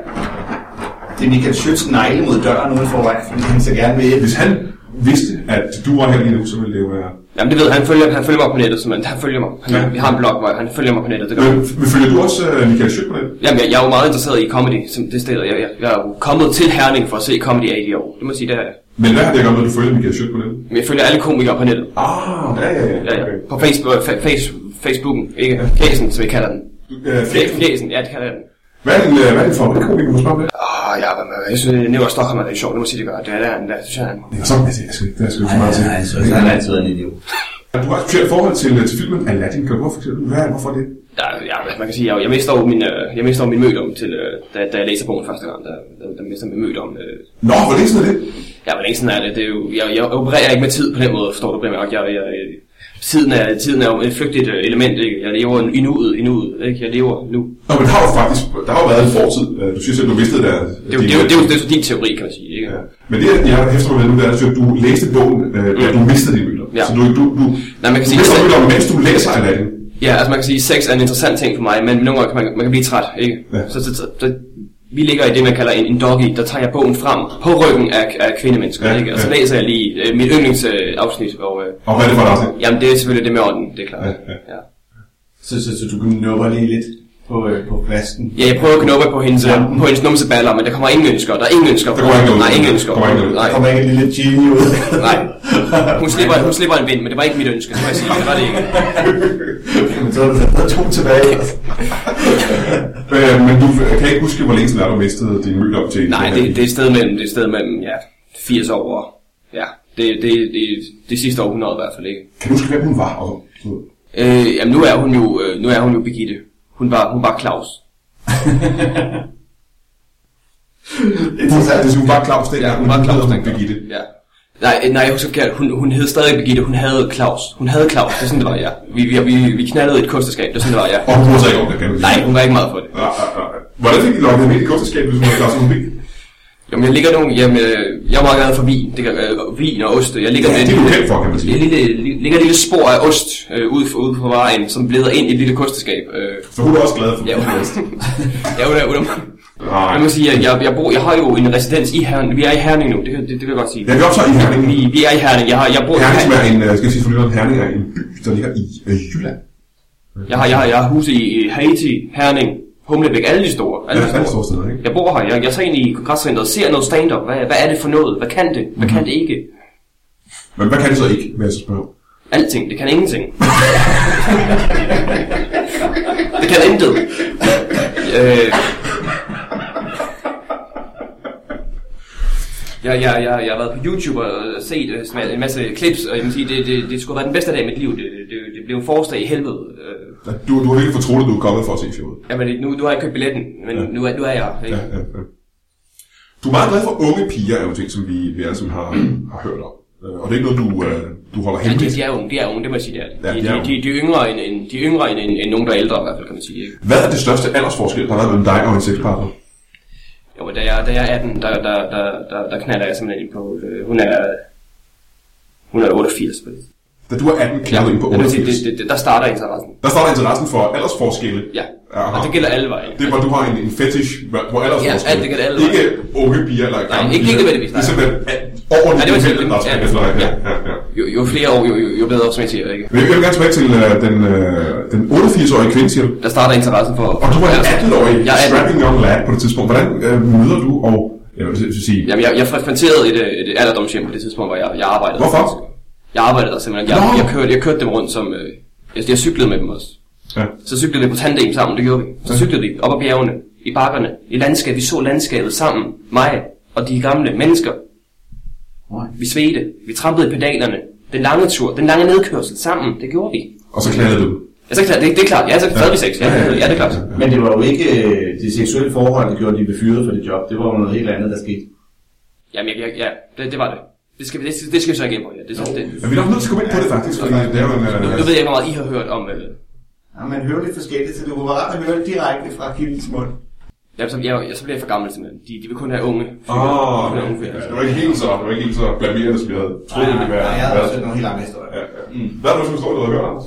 S2: Det er Michael Schøtz negle mod døren ude foran, fordi han så gerne vil.
S4: hvis han vidste, at du var her lige nu, så ville det jo være...
S7: Jamen det ved han, følger, han følger mig på nettet, simpelthen. Han følger mig. Han,
S4: Ja.
S7: ja. Vi har en blog, hvor han følger mig på nettet, det gør
S4: Men,
S7: han.
S4: men følger du også øh, Michael Schødt med?
S7: Jamen jeg, jeg er jo meget interesseret i comedy, som det sted. Jeg, jeg, jeg er jo kommet til Herning for at se comedy i år. Det må jeg sige, det er det.
S4: Men hvad har det at gøre med, at du følger Michael Schødt på nettet?
S7: Men jeg følger alle komikere på nettet.
S4: Ah, ja, ja, ja.
S7: Ja, ja.
S4: Okay.
S7: På Facebook, fa- face, Facebooken, ikke? Fjæsen, som vi kalder den.
S4: Øh, Fjeldsted.
S7: Fjæsen, ja, det kalder jeg den.
S4: Hvad er din, øh, hvad er din favoritkomiker, hvis du spørger om det?
S7: Åh, ja, men øh, jeg synes, at Nicolai Stockholm er lidt sjov, det må jeg sige, det gør. Det er der, det er- det synes jeg, han
S4: Det er sådan, jeg siger, jeg skal, det er sgu ikke så meget til.
S2: Nej, så er han altid en idiot.
S4: Du har et specielt forhold til, øh, til filmen Aladdin. Kan du for eksempel? Hvad, hvorfor det?
S7: Ja, ja, man kan sige, jeg, jeg mister jo min, øh, jeg mister jo min mødom til, øh, da, da jeg læser bogen første gang, der, der, der mister min mødom. Øh.
S4: Nå, hvor længe siden er det?
S7: Ja, hvor længe sådan er det? det er jo, jeg, jeg opererer ikke med tid på den måde, forstår du, Brian Mørk? jeg, jeg, jeg, tiden, er, tiden er jo et flygtigt øh, element, ikke? Jeg lever i nuet, i nuet, ikke? Jeg lever nu.
S4: Nå, men der har jo faktisk der har jo været en fortid. Øh, Du siger selv, du vidste det der.
S7: Det er jo, det er jo, det er jo, det er jo din teori, kan man sige, ikke?
S4: Ja. Men det, jeg hæfter mig ved nu, det er, at du læste bogen, øh, da du mistede dine møder.
S7: Mm. Ja.
S4: Så du, du, du,
S7: Nej, man kan
S4: du
S7: sige-
S4: mister møder, mens du læser Aladdin.
S7: Ja, altså man kan sige, sex er en interessant ting for mig, men nogle gange kan man, man kan blive træt, ikke?
S4: Ja.
S7: Ja. Så, så, så, så vi ligger i det, man kalder en, en doggy, der tager jeg bogen frem på ryggen af, af kvindemennesker,
S4: Ja,
S7: ja, ikke? Og så
S4: ja.
S7: læser jeg lige øh, mit yndlingsafsnit, øh, hvor... Øh,
S4: Og hvad er det for et afsnit?
S7: jamen, det er selvfølgelig det med orden, det er klart.
S4: Ja,
S7: Ja,
S4: ja.
S7: ja.
S2: Så, så, så du nupper lige lidt på, øh, på vasken.
S7: ja jeg prøver at knuppe på hendes, ja. på hendes numseballer, men der kommer ingen ønsker. Der er ingen ønsker.
S4: Der kommer ingen
S7: Nej,
S4: ønsker.
S7: ingen ønsker.
S4: Der kommer ingen ønsker.
S7: Nej,
S2: Kommer ikke en lille genie ud?
S7: nej. Hun slipper, hun slipper en vind, men det var ikke mit ønske, det må jeg sige. Det var det ikke.
S2: Jamen, så er der- der er to tilbage.
S4: Øh, men du f- kan ikke huske, hvor længe siden er, du mistede din møder op til?
S7: Nej, det, det er et sted mellem, det er et sted mellem, ja, 80 år og, ja, det, det, det, det sidste århundrede i hvert fald ikke.
S4: Kan du huske, hvem hun var? Og,
S7: Øh, jamen nu er hun jo, øh, nu er hun jo Birgitte. Hun var, hun var Claus.
S4: Interessant. Hun var Claus dengang.
S7: hun var
S4: men
S7: Claus
S4: hedder hun
S7: dengang.
S4: Birgitte.
S7: Ja. Nej, øh, nej, jeg husker forkert. Hun, hun hed stadig Birgitte. Hun havde Claus. Hun havde Claus. Det er sådan, det var, ja. Vi, vi, vi, vi knaldede et kosteskab. Det er sådan, det var, ja.
S4: Og hun brød sig ikke om det, kan du sige.
S7: Nej, hun var ikke meget for det.
S4: Ah, ah, ah. Hvordan fik de lukket hende ind i kunstnerskabet, hvis hun var Claus og hun fik?
S7: Jo, men jeg ligger nogle... Jamen, øh, jeg er meget glad for vin. Det, kan- øh, vin og ost. Jeg ligger
S4: Ja,
S7: med
S4: det er du
S7: en lille-
S4: kendt for, kan man sige.
S7: Jeg lille, li- ligger et lille spor af ost øh, ude, for, ude på vejen, som leder ind i et lille kosteskab. Øh,
S4: Så hun er også glad for
S7: ja,
S4: det.
S7: ja, ude, ude,
S4: Nej.
S7: Jeg må sige, at jeg, jeg, bor, jeg har jo en residens i Herning. Vi er i Herning nu, det, kan- det, det vil jeg godt sige.
S4: Ja, vi optager i Herning.
S7: Vi, vi er i Herning. Jeg har, jeg bor
S4: Herning, som er
S7: i
S4: en, øh, skal jeg sige for lytteren, Herning er en by, der ligger i øh, Jylland.
S7: Jeg har, jeg har, jeg har huse i i Haiti, Herning, Humlebæk, alle de store. Alle
S4: Ja,
S7: de
S4: alle store
S7: store.
S4: steder, ikke?
S7: Jeg bor her. Jeg, jeg tager ind i kongresscenteret og ser noget stand-up. Hvad, hvad er det for noget? Hvad kan det? Hvad
S4: Mhm.
S7: kan det ikke?
S4: Men hvad kan det så ikke, vil jeg så spørge?
S7: Alting. Det kan ingenting. det kan intet. Øh, Jeg, jeg, jeg, jeg har været på YouTube og set øh, sådan en masse clips, og jeg må sige, det, det, det skulle have været den bedste dag i mit liv. Det, det, det blev en forårsdag i helvede. Øh,
S4: Du, du har virkelig fortroet, at du er kommet for at se showet.
S7: Jamen, nu, nu har jeg købt billetten, men ja. nu, er, nu er jeg her. Ikke?
S4: Ja, ja. Du er meget glad for unge piger, er jo en ting, som vi, vi alle sammen har, har hørt om. Øh, Og det er ikke noget, du, øh, du holder
S7: Ja, de,
S4: hemmeligt.
S7: de, er unge, de er unge, det må jeg sige, det er de.
S4: Ja, de
S7: Ja, de,
S4: er
S7: de,
S4: unge.
S7: de, de, er yngre end, end, de er yngre end, end, end nogen, der er ældre i hvert fald, kan man sige. Ikke?
S4: Hvad er det største aldersforskel, der har været mellem dig og en sexpartner?
S7: Jo, men da jeg, da jeg er 18, der, der, der, der, der knaller jeg simpelthen ind på... Øh, hun er... Hun er 88. på det.
S4: Da du er 18, knaldet ind på
S7: Det vil sige,
S4: 88.
S7: Det, det, det, der starter interessen.
S4: Der står der interessen for aldersforskelle.
S7: Ja,
S4: Aha.
S7: og det gælder alle veje.
S4: Det er, hvor du har en, en fetish på aldersforskelle.
S7: Ja, alt det kan det alle
S4: Ikke unge piger eller gamle
S7: ikke- ikke
S4: piger.
S7: nødvendigvis, nej.
S4: Det er simpelthen at over
S7: Nej,
S4: det
S7: det var
S4: uheldige,
S7: simpelthen-
S4: der er spændende for dig. Ja, ja, ja.
S7: Jo, jo flere år, jo, jo, jo bedre, som jeg siger, ikke?
S4: Men jeg vil gerne tilbage til øh, den, øh, den 88-årige kvinde, siger du.
S7: Der starter interessen for...
S4: Og du var en 18-årig
S7: Jeg er 18.
S4: strapping young lad på det tidspunkt. Hvordan øh, møder du og... Jeg vil s- sige...
S7: Jamen, jeg, jeg frekventerede et, øh, et alderdomshjem på det tidspunkt, hvor jeg, jeg arbejdede.
S4: Hvorfor?
S7: Jeg arbejdede der simpelthen. Jeg,
S4: Nå!
S7: jeg, kørte, jeg kørte dem rundt som... Øh, jeg, jeg cyklede med dem også.
S4: Ja.
S7: Så cyklede vi på tandem sammen, det gjorde vi. Så cyklede vi op ad bjergene, i bakkerne, i landskabet. Vi så landskabet sammen, mig og de gamle mennesker. Vi svedte, vi trampede i pedalerne. Den lange tur, den lange nedkørsel sammen, det gjorde vi.
S4: Og så knaldede du.
S7: Ja, så klart, det, det er klart. Ja, så havde vi sex. Ja, ja, det er klart.
S5: Men det var jo ikke øh, det seksuelle forhold, der gjorde, at de blev fyret for det job. Det var jo noget helt andet, der skete.
S7: Jamen, jeg, jeg, ja, det, det var det. Det skal, vi- det, skal- det skal vi så igen på, ja. Det, det, det.
S4: Men vi er nok nødt til at komme ind på det faktisk, fordi det er jo en...
S7: Nu,
S4: øh,
S7: nu ved jeg ikke, hvor meget I har hørt om... Øh,
S2: Ja, man hører lidt forskelligt, så det kunne være rart at høre det direkte fra Kildens mund.
S7: jamen, så, jeg, jeg, så bliver jeg for gammel simpelthen. De, de vil kun have unge. fyre.
S4: Åh,
S7: De vil kun have unge
S4: okay. Ah, Ja,
S7: fyre, altså.
S4: det var ikke helt så, det var ikke helt så blamerende, som jeg havde troet, det ville
S2: Nej,
S4: være.
S2: Ah, jeg
S4: Ja.
S2: havde også nogle helt andre historier.
S4: Ja, ja. Hvad er det, du står, du har hørt, Anders?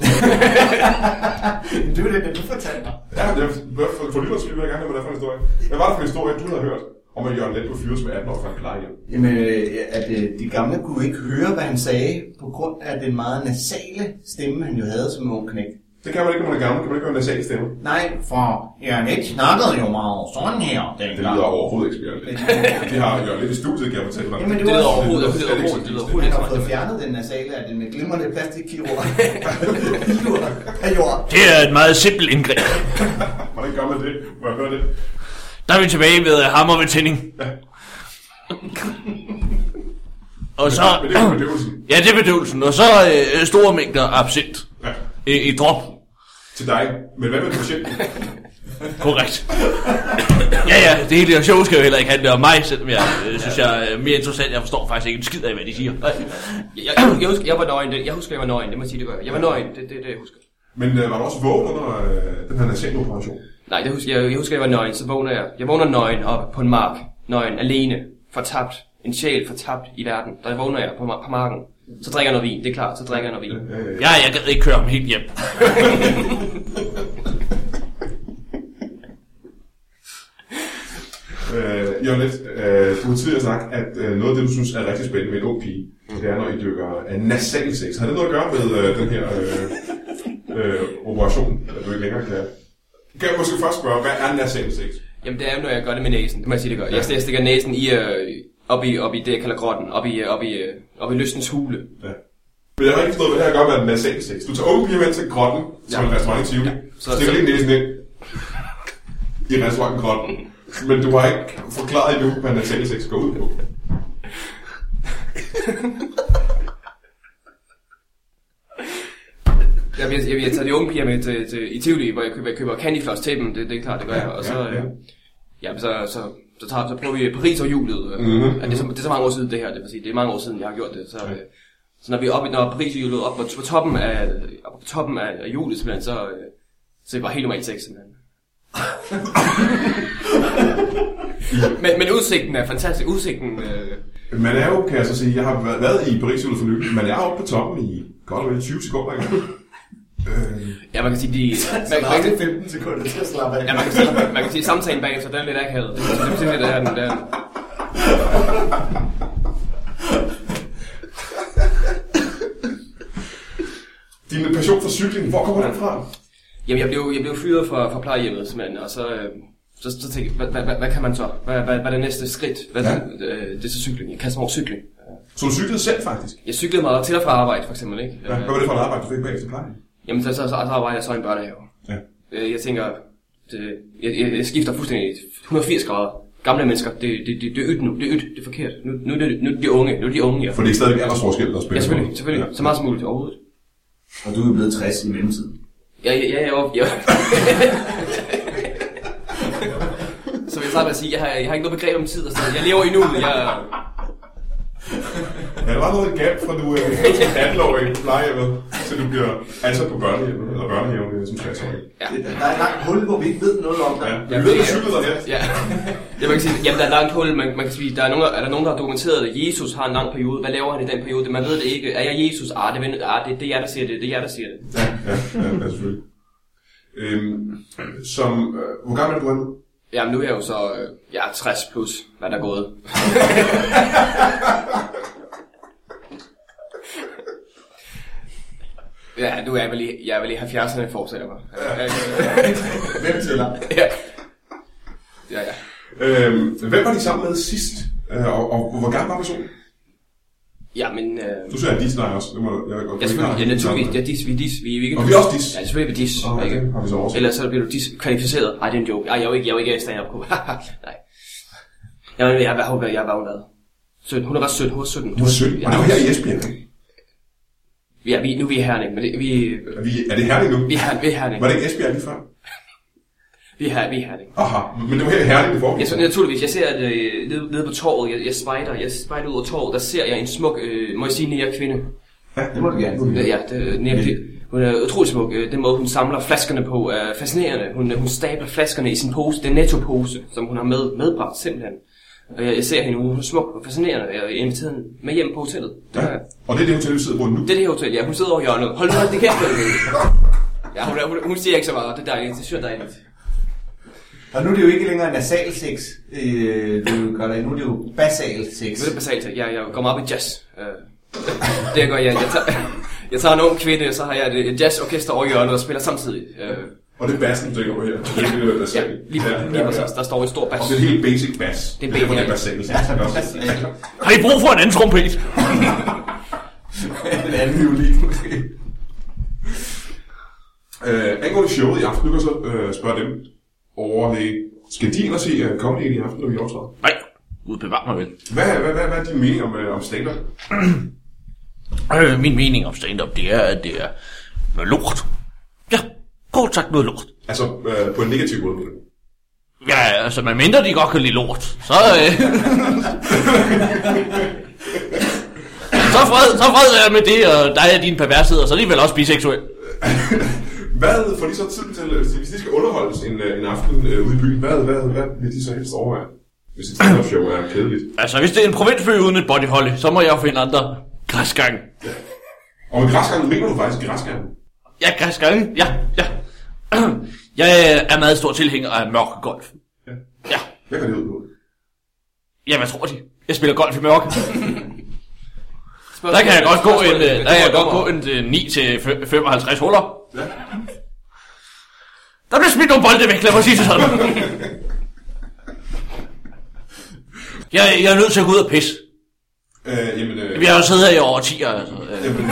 S2: Det var det, du fortalte mig.
S4: Ja, det er for, for lytters skyld vil jeg gerne høre, hvad det er for en historie. Hvad var det for en historie, du havde hørt om, at Jørgen Let blev fyret som 18 år fra en plejehjem?
S2: Jamen, øh, at øh, de gamle kunne ikke høre, hvad han sagde, på grund af den meget nasale stemme, han jo havde som ung knæk.
S4: Det kan man ikke, når man er gammel. Kan man ikke høre en nasal stemme?
S2: Nej, for Jørgen Let snakkede jo meget sådan her
S4: Det lyder
S2: dengang.
S4: overhovedet ikke som Jørgen Let. De har Jørgen Let i studiet, kan jeg fortælle dig.
S2: Jamen, det
S7: Det
S2: var
S7: lyder
S2: også...
S7: overhovedet, det
S4: slet
S7: lyder
S4: ikke
S7: overhovedet, det lyder
S4: sådan,
S7: overhovedet.
S2: Han
S7: ikke
S2: har
S7: sådan.
S2: fået fjernet den nasale af den glimrende plastikkirurg. Bilur af jord.
S3: Det er et meget simpelt indgreb.
S4: Hvordan gør man det? Må jeg høre det?
S3: Der er vi tilbage ved øh, hammer ved tænding. Og så...
S4: Men det er jo bedøvelsen
S3: Ja, det er bedøvelsen. Og så øh, store mængder absint
S4: Ja.
S3: i, i drop.
S4: til dig. Men hvad med patienten?
S3: Korrekt. ja, ja, det hele det show skal jo heller ikke handle om mig, selvom jeg øh, synes, jeg er mere interessant. Jeg forstår faktisk ikke en skid af, hvad de siger.
S7: Jeg, jeg, jeg, husker, jeg var nøgen. Det, jeg husker, jeg var nøgen. Det må jeg sige, det gør jeg. Jeg var nøgen. Det, det, det jeg husker.
S4: Men øh, var du også vågen under øh, den her nasaloperation?
S7: Nej, det husker, jeg, jeg husker, jeg var nøgen. Så vågner jeg. Jeg vågner nøgen op på en mark. Nøgen, alene, fortabt. En sjæl fortabt i verden. Der vågner jeg på, mar- på marken. Så drikker jeg noget vin. Det er klart, så drikker jeg noget vin.
S3: Ja, jeg gad ikke køre ham helt hjem.
S4: Øh, Jørgen Let, øh, du har tidligere sagt, at øh, noget af det, du synes er rigtig spændende ved en ung pige, det er, når I dykker af nasal sex. Har det noget at gøre med øh, den her øh, øh, operation, at du ikke længere kan... Kan jeg måske først spørge, hvad er nasal sex?
S7: Jamen, det er jo, når jeg gør det med næsen. Det må jeg sige, det gør. Jeg, jeg stikker næsen i, øh, op i, op i det, jeg kalder grotten. Op i, øh, op i, øh, op i lystens hule.
S4: Ja. Men jeg har ikke forstået, hvad det her gør med nasal sex. Du tager unge piger med til grotten, som ja. en restaurant i Tivoli, ja. så
S7: Så-
S4: stikker
S7: så-
S4: lige næsen ind i restauranten grotten. Men du har ikke forklaret endnu, hvad nasal sex går ud på.
S7: Jeg, jeg, jeg, jeg tager de unge piger med til, til, i Tivoli, hvor jeg køber, jeg køber candyfloss til dem, det, det er klart, det gør jeg. Og så,
S4: ja,
S7: ja,
S4: ja.
S7: ja. Jamen, så, så, så, tager, så prøver vi Paris og julet.
S4: Mhm,
S7: Mm-hmm. Det, er så, det er så mange år siden det her, det, vil sige, det er mange år siden, jeg har gjort det. Så, ja. så når vi er oppe, i- når Paris og julet op på, på toppen af, op på toppen af, af julet, simpelthen, så, øh, så er det bare helt normalt sex, simpelthen. men, men udsigten er fantastisk. Udsigten, øh,
S4: Man er jo, kan jeg så sige, jeg har været- været i Paris for nylig, man er oppe på toppen i godt og vel 20 sekunder. ikke? øh,
S7: ja, man kan sige, de... man, man,
S2: Det er 15 sekunder til at slappe af.
S7: Ja, man kan sige, man kan sige samtalen bagefter, den er lidt akavet. Det er det, det, det er den der.
S4: din passion for cykling, hvor kommer den fra?
S7: Jamen, jeg blev, jeg blev fyret fra, fra plejehjemmet, simpelthen, og så, øh, så, så tænkte jeg, hvad, hvad, hvad, hvad kan man så? Hvad, hvad, hvad er det næste skridt? Hvad, ja. øh, det er så cykling. Jeg kaster mig over cykling.
S4: Så du cyklede selv faktisk?
S7: Jeg cyklede meget til og fra arbejde, for eksempel, ikke? Øh,
S4: Ja. Hvad var det for et arbejde, du fik bagefter plejen?
S7: Jamen, så, så, så, så arbejder jeg så i en børnehave.
S4: Ja.
S7: Øh, jeg tænker, det, jeg, jeg, jeg, skifter fuldstændig 180 grader. Gamle mennesker, det, det, det, det er ydt nu. Det er ydt. Det er forkert. Nu, nu, er det, nu er det de unge. Nu er det de unge, ja.
S4: For det er stadigvæk aldersforskel, der spiller.
S7: Ja,
S4: på.
S7: selvfølgelig. selvfølgelig.
S4: Ja.
S7: Så meget som muligt overhovedet.
S5: Og du er blevet 60 i mellemtiden.
S7: Ja, ja, ja, ja. ja. så vi starte med at sige, jeg har, jeg har ikke noget begreb om tid og sådan noget. Jeg lever endnu. Jeg,
S4: Ja, der var noget galt fra du er 18 år i plejehjemmet, så du bliver ansat på børnehjemmet, eller børnehjemmet som 60 år.
S2: Der er et langt hul, hvor vi ikke ved noget om dig.
S4: Ja,
S7: Ja,
S4: du ved,
S7: det
S4: du
S7: er-
S4: cyklede dig her.
S7: Ja. Jeg vil sige, jamen der er langt hul, man, man kan sige, der er, nogen, der- er der nogen, der har dokumenteret det. Jesus har en lang periode. Hvad laver han i den periode? Det- Man ved det ikke. Er jeg Jesus? Ah, det, ved- ah, det, det er jeg, der siger det. Det er jeg, der siger det.
S4: Ja, ja, ja, ja selvfølgelig. Øhm, som, øh, hvor gammel er du nu?
S7: Jamen nu er jeg jo så, øh, jeg er 60 plus, hvad der er gået. ja, nu er jeg vel i, jeg er vel i 70'erne, forestiller jeg mig.
S4: Hvem tæller?
S7: ja. Ja, ja.
S4: Øhm, hvem var de sammen med sidst? Øh, og, og, hvor gammel var personen?
S7: Ja, men... Øh,
S4: Du siger, at de snakker også. Det må, jeg, jeg, jeg,
S7: Ja, selvfølgelig. Ja, naturligvis. Ja, dis, vi er dis. Vi er ikke
S4: Og vi er også dis.
S7: Ja, selvfølgelig er vi dis.
S4: Åh,
S7: ikke?
S4: det har vi så overset.
S7: Ellers så bliver du dis kvalificeret. Ej, det er en joke. Ej, jeg er jo ikke, jeg er jo ikke stand-up. Nej. Jeg, jeg, jeg, var, jeg, jeg var jo hvad? 17. Hun har været 17. Hun var 17.
S4: Du var 17, og det var her i Esbjerg. ikke?
S7: Ja, vi, nu er vi i Herning, men det, vi,
S4: Er, vi, er det herlig nu?
S7: vi er Herning. Vi er Herning.
S4: Var det ikke Esbjerg lige før?
S7: Vi er, Her- vi er Herning.
S4: Aha, men det var her i Herning, det foregik.
S7: Jeg, så, naturligvis, jeg ser, at øh, nede, nede på torvet, jeg, jeg spejder, jeg spejder ud over torvet, der ser jeg en smuk, øh, må jeg sige, nære kvinde.
S4: Ja, det må du gerne.
S7: Ja, ja det, Nea, det, hun er utrolig smuk. Øh, Den måde, hun samler flaskerne på, er fascinerende. Hun, hun stabler flaskerne i sin pose, den netto-pose, som hun har med, medbragt simpelthen. Og jeg, jeg ser hende, hun er smuk og fascinerende. Jeg har inviteret hende med hjem på hotellet. Det,
S4: Ja.
S7: ja.
S4: Og det er det hotel, vi sidder på nu.
S7: det er det her hotel, ja. Hun sidder over i hjørnet. Hold nu hold det kæft. Ja, hun, er- hun, hun siger ikke så meget. Det er dejligt. Det synes jeg er dejligt.
S2: Og nu er det jo ikke længere nasal sex, øh, du gør det. Nu er det jo basal sex.
S7: Jeg ved det basalt, at jeg, jeg går meget op i jazz. Øh, det jeg gør, jeg, jeg, tager, jeg tager en ung kvinde, og så har jeg et, et jazzorkester over i hjørnet og spiller samtidig. Øh,
S4: Og det er bassen, der ligger over her. Det er det, der er
S7: ja,
S4: sagen.
S7: lige, lige præcis. Der står en stor bas.
S4: Og det er helt basic bass. Det
S7: er
S4: er derfor,
S7: basic,
S4: det er
S7: ja.
S4: basalt.
S3: Har I brug for en anden trompet?
S2: En anden violin.
S4: Øh, angående showet i aften, du kan så øh, spørge dem overlæge. Skal de ind og se uh, comedy i aften, når vi optræder?
S3: Nej, Gud bevar mig vel.
S4: Hvad, hvad, hvad, hvad er din mening om, øh, om stand-up?
S3: Øh, min mening om stand-up, det er, at det er noget lort. Ja, kort sagt noget lort.
S4: Altså, øh, på en negativ måde. mener du?
S3: Ja, altså, man mindre de godt kan lide lort, så... Øh, så, fred, så fred er jeg med det, og dig og dine perversheder, så er de vel også biseksuelle.
S4: Hvad får de så tid til, øh, hvis de skal underholdes en, øh, en aften øh, ude i byen? Hvad, hvad, hvad vil de så helst overveje? Hvis et stand-up show er kedeligt.
S3: Altså, hvis det er en provinsby uden et bodyholde, så må jeg jo finde andre græsgange.
S4: Og med græsgangen mener du faktisk græsgangen?
S3: Ja, græsgange, ja, ja. Jeg er meget stor tilhænger af mørk golf. Ja.
S4: Hvad går det ud på?
S3: Ja, hvad tror de? Jeg spiller golf i mørke. Der kan jeg godt gå en, øh, der kan jeg godt gå en øh, 9 til fem- 55 huller.
S4: Ja.
S3: Der bliver smidt nogle bolde væk, lad mig sige det sådan. jeg, jeg er nødt til at gå ud og pisse.
S4: Øh, jamen, øh,
S3: Vi har jo siddet her i over 10 år, altså. øh.
S4: jamen,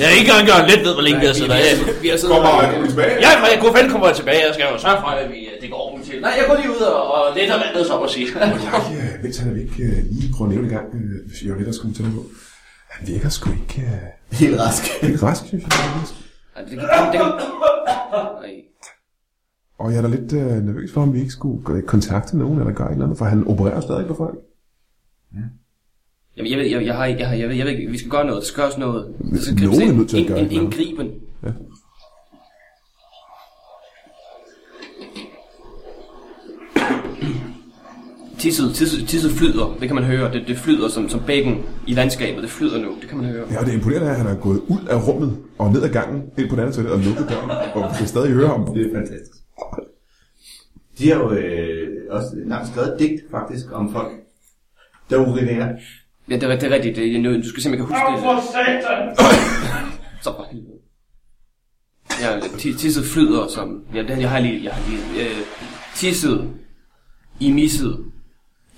S3: Jeg er ikke engang gjort lidt ved, hvor længe vi har siddet her.
S7: Vi har siddet
S4: Kommer kommer de tilbage?
S3: Ja, for jeg kunne vel kommer jeg tilbage. Jeg skal jo sørge for, at vi, øh, det går ordentligt til. Nej, jeg går lige ud og, og letter vandet, så at sige.
S4: Tak, øh, Victor, jeg vil ikke øh, lige prøve at nævne en gang, øh, hvis jeg var lidt også kommet til at gå. Han virker sgu ikke øh,
S2: Helt rask.
S4: helt rask, synes jeg. faktisk.
S7: Ja, Det kan, det kan... Nej.
S4: Og jeg er da lidt øh, nervøs for, om vi ikke skulle øh, kontakte nogen eller gøre et eller andet, for han opererer stadig på folk.
S7: Jamen, jeg ved, jeg, jeg har ikke, jeg, har, jeg, ved, jeg ved ikke, vi skal gøre noget, der skal gøres noget. Der skal
S4: Nogen
S7: gribes ind.
S4: er nødt til at
S7: En-
S4: gøre
S7: en,
S4: et eller
S7: en,
S4: andet.
S7: griben. Tisset, tisset, tisset flyder, det kan man høre. Det, det flyder som, som bækken i landskabet, det flyder nu, det kan man høre.
S4: Ja, og det imponerende er, at han er gået ud af rummet og ned ad gangen, ind på den anden side og lukket døren, og vi kan stadig høre om det.
S2: Det er fantastisk. De har jo øh, også langt skrevet et digt, faktisk, om folk, der urinerer.
S7: Ja, det, er- det er rigtigt, det er noget, du skal se, om jeg kan huske det. Så for helvede. Ja, ti- tisset flyder som... Ja, det, jeg har lige... Jeg har lige øh, tisset i misset.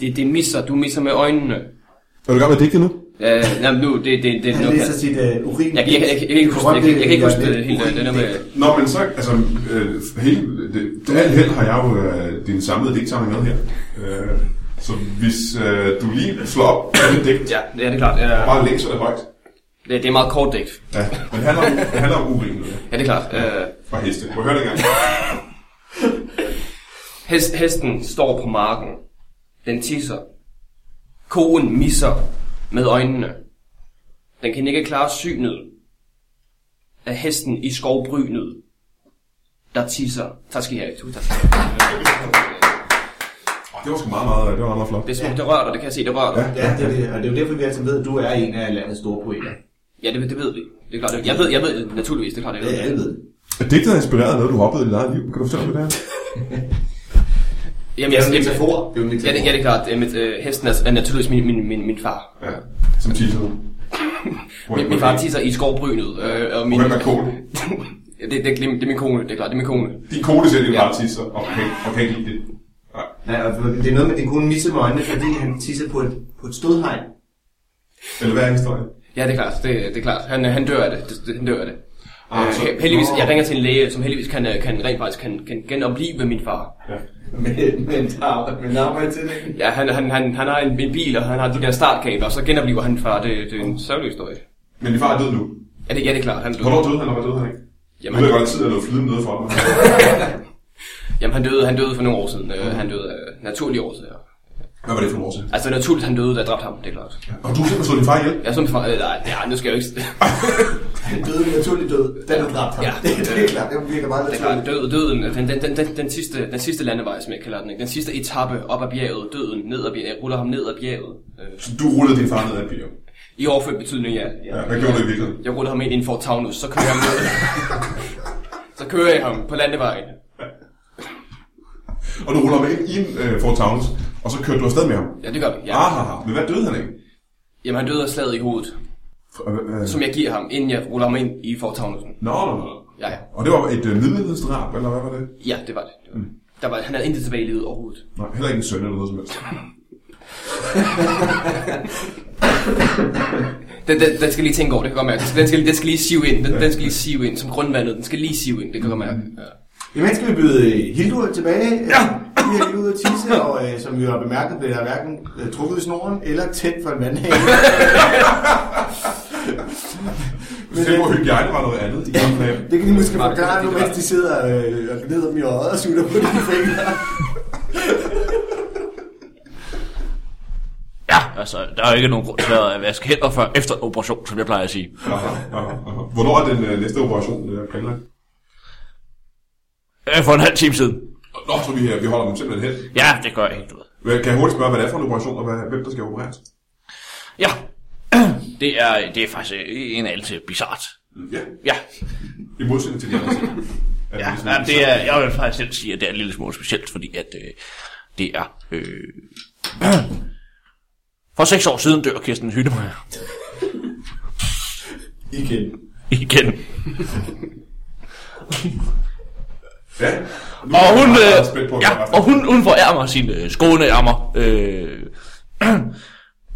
S7: Det, det misser, du misser med øjnene.
S4: Er du i gang med digtet nu?
S7: Øh, nej, men nu, det, det, det,
S2: Han
S7: nu kan,
S2: læser sit øh, urin.
S7: jeg, kan- jeg, kan- jeg, kan- jeg, kan ikke huske, jeg, kan- jeg, kan ikke huske det helt. øh, Det der med...
S4: Nå, men så, altså, øh, hele, det, det alt held har jeg jo øh, din samlede digtsamling med her. Øh, så hvis øh, du lige slår op på det digt,
S7: Ja, det er det er klart. Ja,
S4: bare læser det højt.
S7: det, det er meget kort dækt.
S4: Ja, men det handler om, det handler om urin, ja.
S7: Ja, det er klart. Øh,
S4: Fra heste. Må jeg høre det engang?
S7: Hest, hesten står på marken. Den tisser. Koen misser med øjnene. Den kan ikke klare synet af hesten i skovbrynet, der tisser. Tak skal I have. Tusind tak.
S4: Det var sgu meget, meget, det var meget flot.
S7: Det er smukt, det rører dig, det kan jeg se, det rører dig.
S2: Ja, det er det. Og det er jo derfor, vi altid ved, at du er en af landets store poeter.
S7: Ja, det, det ved vi. Det er klart, det, jeg ved, jeg ved det, naturligvis, det er klart, jeg ved
S2: Det er
S7: det.
S2: alle ved.
S4: Digtet er inspireret af noget, du har oplevet i dit eget liv. Kan du fortælle, hvad det er?
S7: Jamen,
S2: Det er jo
S7: jeg-
S2: en metafor. Det er jo en
S7: Ja, det, ja,
S2: metafor.
S7: det er klart. Øh, Mit, øh, hesten er, er naturligvis min, min, min, min far.
S4: Ja, som tissede.
S7: Min, min far tisser i skovbrynet. Øh, og min,
S4: Hvem er kone?
S7: Ja, det, det, det, er min kone, det er klart, det er min kone.
S4: Din kone ser din far tisser, og kan, og kan ikke lide det. Nej.
S2: Ja, og det er noget med, at din kone misser med øjnene, fordi han tisser på et, på et stødhegn.
S4: Eller hvad er historien?
S7: Ja, det er klart, det, det er klart. Han, øh, han dør af det, det, det han dør af det.
S4: Ah,
S7: Øh,
S4: så-
S7: he- heldigvis,
S4: Nå.
S7: jeg ringer til en læge, som heldigvis kan, øh, kan rent faktisk kan, kan genoplive min far.
S2: Men, men, der er- men der arbejder til det.
S7: Ja, han, han, han, han har en, en bil, og han har de der startkabler, og så genopliver han far. Det, det er en sørgelig historie.
S4: Men din far er død nu.
S7: Ja, det, ja, det er klart, han døde.
S4: Hvornår døde han, og hvad døde han ikke? Jamen,
S7: Jamen,
S4: det er
S7: han,
S4: godt, at tid er noget flydende noget for mig.
S7: jamen, han døde, han døde for nogle år siden. Øh, han døde af naturlige årsager.
S4: Hvad var det for nogle år siden?
S7: Altså, det er naturligt, han døde, da jeg dræbte ham, det er klart.
S4: Og du har simpelthen slået din far ihjel?
S7: Jeg som far, øh, nej, ja, nu skal jeg jo ikke...
S2: Han døde ved naturlig død, da du dræbte ham.
S7: Ja.
S2: det, det er klart. Det virker meget
S7: Det er
S2: naturligt.
S7: klart, død, døden, øh, den, den, den, den, den, sidste, den sidste landevej, som jeg kalder den, ikke? den sidste etape op ad bjerget, døden, ned ad bjerget, ruller ham ned ad bjerget. Øh,
S4: Så du rullede din far ned ad en bil.
S7: I overført betydning, ja. ja.
S4: Ja, hvad gjorde du i virkeligheden?
S7: Jeg ruller ham ind i en Ford Taunus, så kører jeg ham ned. så kører jeg ham på landevejen.
S4: Og du ruller med ind i en øh, Ford Towns, og så kørte du afsted med ham.
S7: Ja, det gør vi. Ja.
S4: Ja. Ah, ah, ah. Men hvad døde han af?
S7: Jamen, han døde af slaget i hovedet,
S4: Øh, øh,
S7: som jeg giver ham, inden jeg ruller ham ind i Ford Taunusen.
S4: Nå, nå, nå.
S7: Ja, ja.
S4: Og det var et øh, middelhedsdrab, eller hvad var det?
S7: Ja, det var det.
S4: Mm.
S7: det var det. Der var, han havde intet tilbage i livet overhovedet.
S4: Nej, heller ikke en søn eller noget som helst.
S7: Den, den, den skal lige tænke over, det kan jeg godt mærke. Den skal, den skal lige sive ind, den, den skal lige sive ind, som grundvandet. Den skal lige sive ind, det kan jeg godt mærke.
S4: Mm.
S7: Ja.
S2: Imens skal vi byde øh, Hildur tilbage. Ja! Vi er lige ude at tisse, og øh, som vi har bemærket, bliver der hverken øh, trukket i snoren eller tændt for en vandhane.
S4: Men det var hygiejne var noget andet i gamle dage.
S2: Det kan de måske forklare
S7: det
S2: nu,
S7: er
S2: mens
S7: ret.
S2: de sidder øh, og glider dem i øjet og sutter på dine fingre.
S3: Ja, altså, der er jo ikke nogen grund til at vaske hænder før efter operation, som jeg plejer at sige.
S4: Aha, aha, aha. Hvornår er den øh, næste operation øh, planlagt?
S3: Øh, For en halv time siden.
S4: Nå, så vi, øh, vi holder dem simpelthen hen.
S3: Ja, det gør jeg ikke, du ved.
S4: Hvad- Kan jeg hurtigt spørge, hvad det er for en operation, og hvad, hvem der skal opereres?
S3: Ja, det er, det er faktisk øh, en anelse bizart.
S4: Mm, Ja,
S3: Ja,
S4: i modsætning til de andre ting. Er
S3: ja,
S4: sådan-
S3: ja det er, jeg vil faktisk selv sige, at det er en lille smule specielt, fordi at øh, det er... Øh, for seks år siden dør Kirsten Hyttemeier
S2: Igen.
S3: igen.
S4: Ja. Nu
S3: Og
S4: er jeg
S3: hun,
S4: meget, meget spændt
S3: øh,
S4: på, hvad
S3: ja,
S4: der er.
S3: og hun, hun forærmer mig sine øh, skåneærmer. Øh,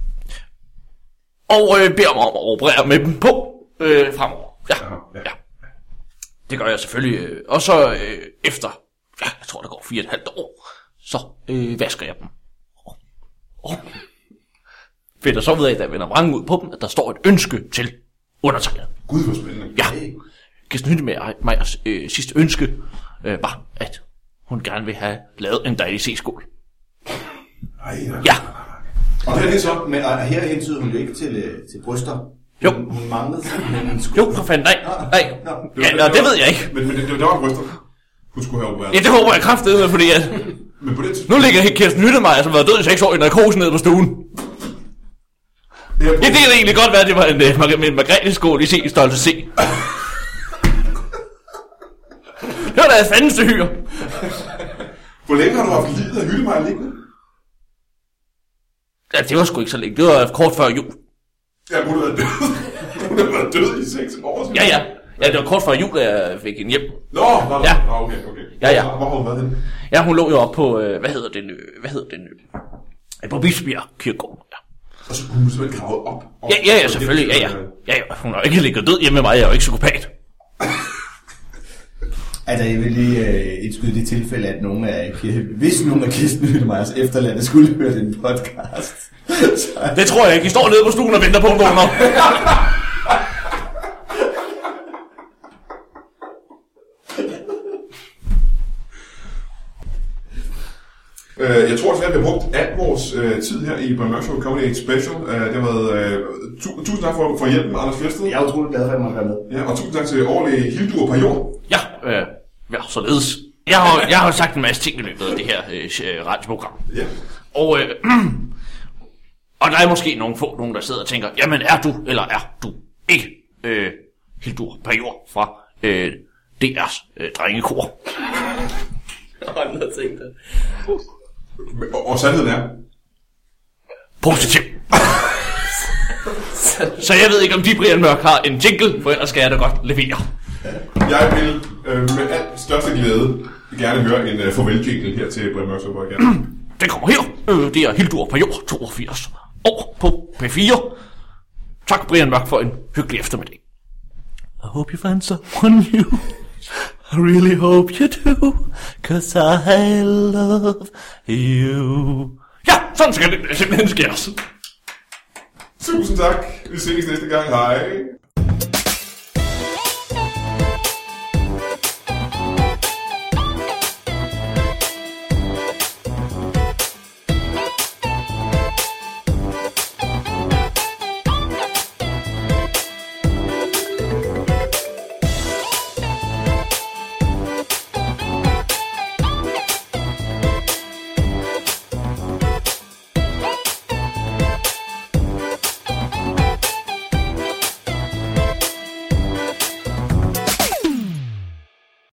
S3: og øh, beder mig om at operere med dem på øh, fremover. Ja,
S4: Aha, ja.
S3: ja. Det gør jeg selvfølgelig. øh, Og så øh, efter, ja, jeg tror, der går fire og et halvt år, så øh, vasker jeg dem. Og, og finder så ved af, da jeg vender vrangen ud på dem, at der står et ønske til undertegnet.
S4: Gud, hvor spændende.
S3: Ja. Kirsten Hyttemeier Meyers, øh, sidste ønske øh, var, at hun gerne vil have lavet en dejlig C-skål.
S4: Ej,
S3: Ja,
S4: Og det er det så.
S2: Men og her hentyder hun jo ikke til, øh, til bryster.
S3: Jo.
S2: Hun, hun manglede simpelthen en skulder.
S3: jo for fanden, nej, nej.
S2: Nå,
S3: Ja, nå, det ved jeg ikke.
S4: Men, men det, det, der var bryster. Hun skulle have opereret.
S3: Ja, det håber jeg kraftedeme, fordi at
S4: Men på det tidspunkt...
S3: nu ligger Kirsten Hyttemeier, som har været død i seks år i narkose nede på stuen.
S4: Det er
S3: Ja, det kan da egentlig godt være, at det var en, øh, en margrethe-skål i C-størrelse C. Det var da fandens hyr.
S4: Hvor længe har du haft livet af hyldemejl liggende?
S3: Ja, det var sgu ikke så længe. Det var kort før jul.
S4: Ja, hun har været død. hun har været død i seks år.
S3: Ja, ja. Ja, det var kort før jul, at jeg fik en hjem.
S4: Nå, nå, nå.
S3: Ja.
S4: Nå, okay, okay.
S3: Ja, ja.
S4: Hvor har hun været henne?
S3: Ja, hun lå jo op på, øh, hvad hedder den, øh, hvad hedder den, øh, på Bispebjerg Kirkegård. Ja.
S4: Og så kunne hun simpelthen gravet op. Og-
S3: Ja, ja, ja, selvfølgelig, ja, ja. ja, ja. Hun har jo ikke ligget død hjemme med mig, jeg er jo ikke psykopat.
S2: Altså, jeg vil lige øh, indskyde det tilfælde, at nogen af, hvis nogen af Kirsten Hyttemeyers efterladte skulle høre den podcast, så
S3: Det tror jeg ikke, I står nede på stuen og venter på, hun vågner.
S4: Øh, jeg tror desværre, at vi har brugt al vores øh, tid her i Brian Mørk Show Comedy Aid Special. Øh, det har været... Øh, tu- tusind tak for, for hjælpen, Anders Fjersted.
S5: Jeg er utrolig glad for, at man være med.
S4: Ja, og tusind tak til overlæge Hildur Pajor.
S3: Ja, øh, ja således. Jeg har, jeg har jo sagt en masse ting i løbet af det her øh, radioprogram.
S4: Ja.
S3: Og, øh, og der er måske nogle få, nogen der sidder og tænker, jamen er du, eller er du ikke øh, Hildur Pajor fra øh, DR's øh, drengekor?
S7: Andre ting der.
S4: Og, og sandheden er...
S3: Positiv. Så jeg ved ikke, om de Brian Mørk har en jingle, for ellers skal jeg da godt levere.
S4: Jeg vil øh, med al største glæde gerne høre en øh, farvel her til Brian Mørk Show Podcast.
S3: Den kommer her. Øh, det er Hildur Pajor, 82 år på P4. Tak, Brian Mørk, for en hyggelig eftermiddag. I hope you find someone new. I really hope you do. Cause I love you. Ja, sådan skal det simpelthen skæres.
S4: Tusind tak. Vi ses næste gang. Hej.